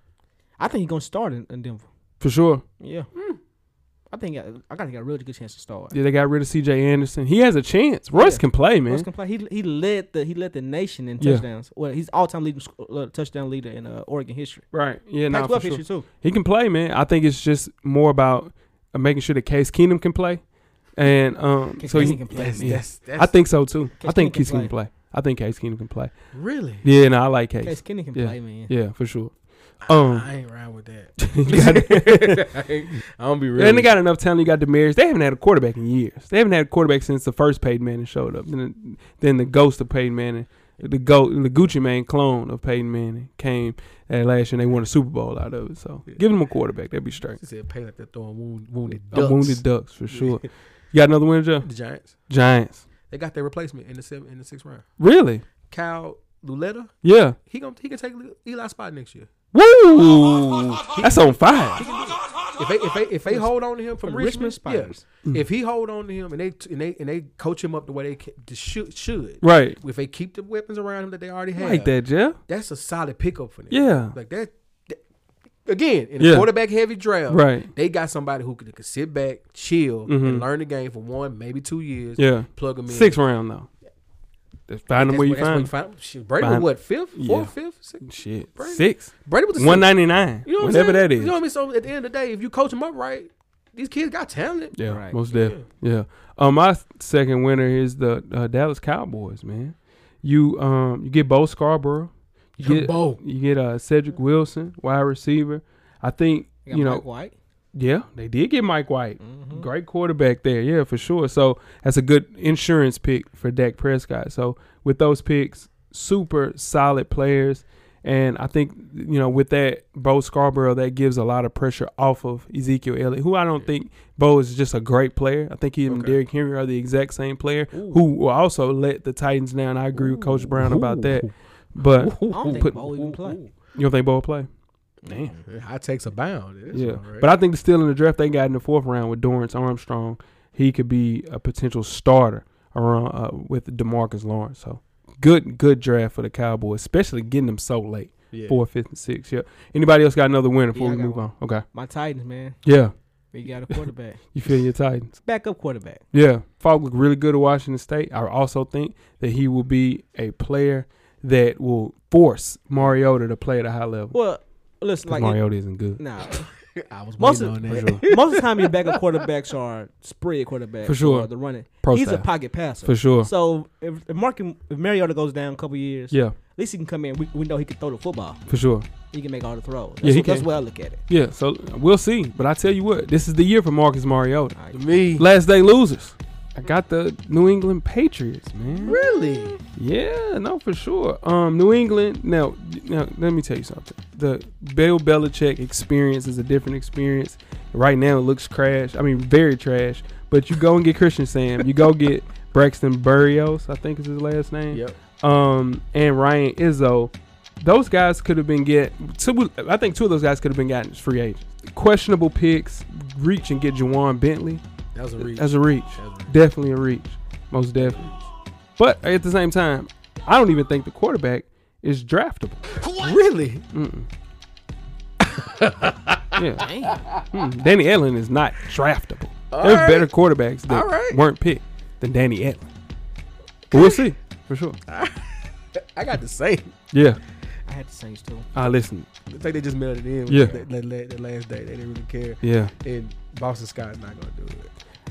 S3: I think he's gonna start in, in Denver.
S2: for sure.
S3: Yeah. I think I, I got to get a really good chance to start.
S2: Yeah, they got rid of C.J. Anderson. He has a chance. Russ
S3: Yeah.
S2: can play,
S3: Russ
S2: man.
S3: can play. He he led the he led the nation in
S2: Yeah.
S3: touchdowns. Well, he's all time leading sc- uh, touchdown leader in uh, Oregon history.
S2: Right. Yeah, nah,
S3: Pac-12
S2: for sure.
S3: history too.
S2: He can play, man. I think it's just more about uh, making sure that Case Keenum can play, and um,
S3: Case
S2: so he,
S3: Keenum can play,
S2: Yes,
S3: man.
S2: yes.
S1: that's
S2: I think so too.
S3: Case
S2: I think
S3: Keenum can
S2: Case Keenum can play. I think Case Keenum can play.
S1: really.
S2: Yeah, no, I like Case.
S3: Case Kenny can
S2: Yeah.
S3: play, man.
S2: Yeah, for sure.
S1: Um,
S2: Um,
S1: I ain't riding with that.
S2: You got it.
S1: I, ain't- I don't be real.
S2: And they
S1: with
S2: got enough talent. You got Demarius. They haven't had a quarterback in years. They haven't had a quarterback since the first Peyton Manning showed up. Then, then the ghost of Peyton Manning, the goat, the Gucci Mane clone of Peyton Manning came at last year, and they won a Super Bowl out of it. So
S1: Yeah.
S2: give them a quarterback. They'd be straight.
S1: you. She said, "Pay like they're throwing wound, wounded
S2: A
S1: ducks."
S2: wounded ducks for sure. you got another winner, Joe?
S1: The Giants.
S2: Giants.
S1: They got their replacement in the seven, in the sixth round.
S2: Really?
S1: Kyle Luletta.
S2: Yeah.
S1: He gonna he can take Eli's spot next year.
S2: Woo! That's on fire.
S1: If they if they if they hold on to him from
S3: From
S1: Richmond,
S3: Richmond
S1: yeah.
S3: Spiders.
S2: Mm.
S1: If he hold on to him and they and they and they coach him up the way they ca- they should, should
S2: Right.
S1: if they keep the weapons around him that they already have,
S2: Like that, Jeff.
S1: that's a solid pickup for them.
S2: Yeah.
S1: like that. that- again, in a
S2: Yeah.
S1: quarterback heavy draft,
S2: Right.
S1: They got somebody who could, could sit back, chill,
S2: Mhm.
S1: and learn the game for one, maybe two years.
S2: Yeah.
S1: plug them in.
S2: Six round though. Just find them
S1: That's
S2: where you
S1: that's
S2: find them.
S1: you find. Shit, Brady
S2: Find-
S1: was what fifth,
S2: Yeah.
S1: fourth, fifth, sixth.
S2: Shit.
S1: Brady.
S2: Six.
S1: Brady was the
S2: One
S1: sixth.
S2: ninety nine.
S1: You know what
S2: Whatever
S1: I'm saying?
S2: that is.
S1: You know what I mean? So at the end of the day, if you coach them up right, these kids got talent.
S2: Yeah,
S3: Right.
S2: most definitely. Yeah. Um, my s- second winner is the uh, Dallas Cowboys. Man, you um you get Bo Scarborough, you
S1: Your
S2: get
S1: Bo.
S2: you get uh Cedric Wilson, wide receiver. I think
S3: They got
S2: you know
S3: Mike White.
S2: yeah they did get Mike White, great quarterback there. Yeah, for sure. So that's a good insurance pick for Dak Prescott. So with those picks, super solid players. And I think you know with that Bo Scarborough, that gives a lot of pressure off of Ezekiel Elliott, who I don't think Bo is just a great player. I think he and
S1: Okay.
S2: Derrick Henry are the exact same player, who will also let the Titans down. I agree with Coach Brown about that. But
S3: I don't think
S2: Put-
S3: Bo even play.
S2: you don't think Bo will play?
S1: High takes a bound. It's
S2: yeah,
S1: all right.
S2: but I think still in the draft they got in the fourth round with Dorrance Armstrong, he could be a potential starter around uh, with Demarcus Lawrence. So good, good draft for the Cowboys, especially getting them so late,
S1: Yeah.
S2: four, fifth, and sixth. Yeah. Anybody else got another winner before
S3: Yeah, I
S2: we
S3: got
S2: move
S3: one.
S2: on? Okay.
S3: My Titans, man.
S2: Yeah,
S3: We got a quarterback.
S2: you feel your Titans.
S3: Backup quarterback.
S2: Yeah, Falk looked really good at Washington State. I also think that he will be a player that will force Mariota to play at a high level.
S3: Well, listen,
S2: 'Cause
S3: like
S2: Mariota isn't good.
S3: nah.
S1: I was
S3: Most
S1: waiting
S3: of-
S1: on
S2: For
S1: that.
S2: sure.
S3: Most of the time, your backup quarterbacks are spread quarterbacks.
S2: For sure.
S3: or The running.
S2: Pro
S3: He's a
S2: style.
S3: pocket passer.
S2: For sure.
S3: So if, if Mark if Mariota goes down a couple years,
S2: Yeah,
S3: at least he can come in. We, we know he can throw the football.
S2: for sure.
S3: He can make all the throws. That's,
S2: Yeah, he
S3: what- that's
S2: can.
S3: where I look at it.
S2: Yeah, so we'll see. But I tell you what, this is the year for Marcus Mariota.
S1: Me
S2: Last day losers. I got the New England Patriots, man.
S1: really.
S2: Yeah, no, for sure. Um, New England. Now, now, let me tell you something. The Bill Belichick experience is a different experience. Right now, it looks trash. I mean, very trash. But you go and get Christian Sam. You go get Braxton Burrios. I think is his last name
S1: Yep.
S2: um, and Ryan Izzo, those guys could have been get. Two, I think two of those guys could have been gotten as free agents. Questionable picks, reach and get Jawan Bentley
S1: That was a reach.
S2: as a reach.
S1: That was a reach.
S2: Definitely a reach, most definitely. But at the same time, I don't even think the quarterback is draftable.
S1: Really?
S2: Yeah, Mm, Danny Allen is not draftable. There's
S1: right.
S2: better quarterbacks that
S1: All right.
S2: weren't picked than Danny Allen. But we'll see for sure.
S1: I got to say.
S2: Yeah,
S3: I had the Saints too.
S2: I listen.
S1: I think they just mailed it in.
S2: Yeah.
S1: That, that, that last day, they didn't really care.
S2: Yeah.
S1: And Boston Scott's not gonna do it.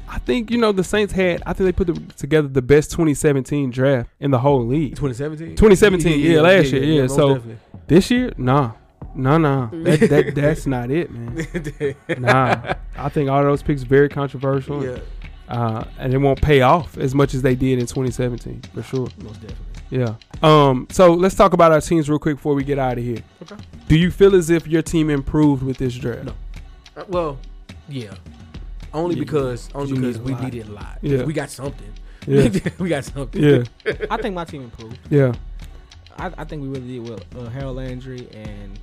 S2: I think you know the Saints had. I think they put the, together the best 2017 draft in the whole league.
S1: 2017.
S2: 2017, yeah, last year, yeah,
S1: most
S2: so-
S1: definitely.
S2: This year, nah, nah, nah. That, that that's not it, man. Nah, I think all those picks very controversial,
S1: yeah,
S2: uh, and it won't pay off as much as they did in 2017 for sure.
S1: most definitely.
S2: Yeah. Um. So let's talk about our teams real quick before we get out of here.
S1: Okay.
S2: Do you feel as if your team improved with this draft?
S1: No. Uh, well, yeah. Only
S2: Yeah,
S1: because only
S2: you
S1: because
S2: need a
S1: we
S2: lot.
S1: needed a lot.
S2: Yeah.
S1: We got something.
S2: Yeah.
S1: we got something.
S2: yeah.
S3: I think my team improved.
S2: Yeah.
S3: I, I think we really did well. Uh, Harold Landry and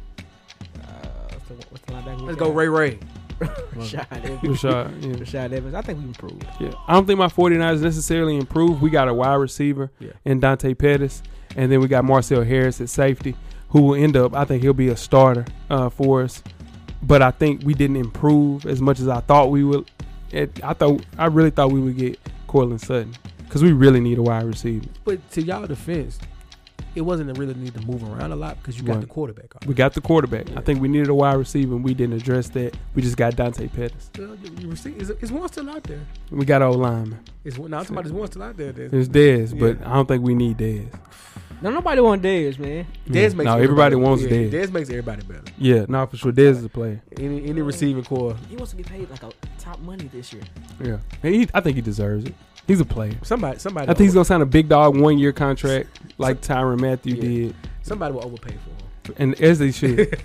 S3: uh, so what- what's the linebacker? we
S1: Let's
S3: got?
S1: go Ray Ray.
S3: Rashad Evans.
S2: Rashad. Yeah.
S3: Rashad Evans. I think we improved.
S2: Yeah, I don't think my 49ers necessarily improved. We got a wide receiver
S1: Yeah.
S2: in Dante Pettis, and then we got Marcel Harris at safety, who will end up, I think he'll be a starter uh, for us. But I think we didn't improve as much as I thought we would. It, I thought I really thought we would get Cortland Sutton because we really need a wide receiver.
S1: But to y'all defense, it wasn't a really need to move around a lot because you got
S2: Right.
S1: the quarterback.
S2: We got the quarterback. I think we needed a wide receiver, and we didn't address that. We just got Dante Pettis.
S1: Well, you, you receive, is, is one still out there?
S2: We got old lineman.
S1: Is one? Now somebody's one still out there. Dez,
S2: There's Dez, but I don't think we need Dez.
S3: No, nobody want Dez, man.
S2: Yeah.
S1: Dez makes
S2: no, everybody, wants
S1: yeah,
S2: Dez.
S1: Dez makes everybody better.
S2: Yeah, no, for sure. Dez is a player.
S1: Any any receiving core,
S3: He wants to be paid like a top money this year.
S2: Yeah, And he, I think he deserves it. He's a player.
S1: somebody somebody.
S2: I think he's gonna sign a big dog one year contract like Tyron Matthew
S1: Yeah.
S2: did,
S1: somebody will overpay for him.
S2: and as they should,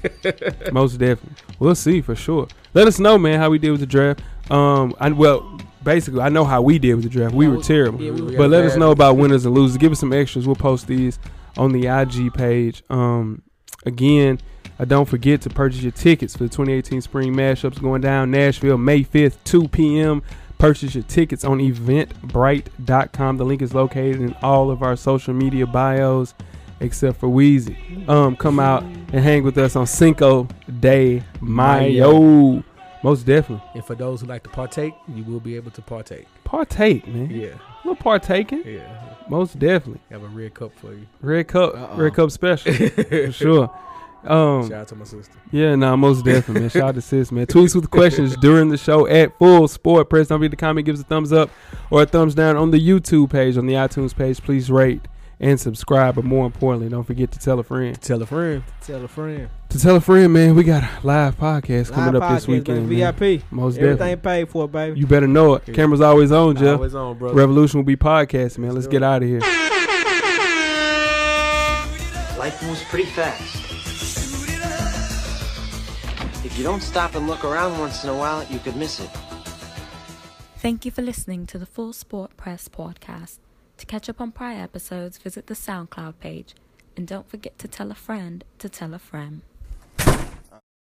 S2: most definitely. We'll see for sure. Let us know, man, how we did with the draft. Um, I well, basically, I know how we did with the draft. We
S3: Yeah,
S2: were
S3: we-
S2: terrible,
S3: yeah, we were
S2: but let us
S1: bad.
S2: know about winners and losers. Give us some extras. We'll post these on the IG page. Um, again. Uh, don't forget to purchase your tickets for the 2018 spring mashups going down Nashville May 5th, 2 p.m. Purchase your tickets on eventbrite.com. The link is located in all of our social media bios except for Wheezy. Um, come out and hang with us on Cinco de Mayo. Most definitely.
S1: And for those who like to partake, you will be able to partake.
S2: Partake, man.
S1: Yeah,
S2: A little partaking.
S1: yeah.
S2: Most definitely.
S1: Have a red cup for you.
S2: Red Cup,
S3: Uh-uh.
S2: Red Cup special. for sure. Um,
S1: Shout out to my sister.
S2: Yeah, nah, most definitely, man. Shout out to sis, man. Tweets with questions during the show at Full Sport Press. Don't forget to comment, give us a thumbs up or a thumbs down on the YouTube page, on the iTunes page. Please rate and subscribe, but more importantly, don't forget to tell a friend.
S1: Tell a friend.
S3: Tell a friend.
S2: To tell a friend, man, we got a live podcast coming
S3: Live
S2: up this
S3: podcast,
S2: weekend.
S3: baby.
S2: man.
S3: VIP.
S2: Most definitely.
S3: Everything paid for, baby.
S2: You better know it. Camera's always on, Jeff.
S1: Always on, brother.
S2: Revolution will be podcasting, man. Let's get out of here.
S6: Life moves pretty fast. If you don't stop and look around once in a while, you could miss it.
S4: Thank you for listening to the Full Sport Press podcast. To catch up on prior episodes, visit the SoundCloud page. And don't forget to tell a friend to tell a friend.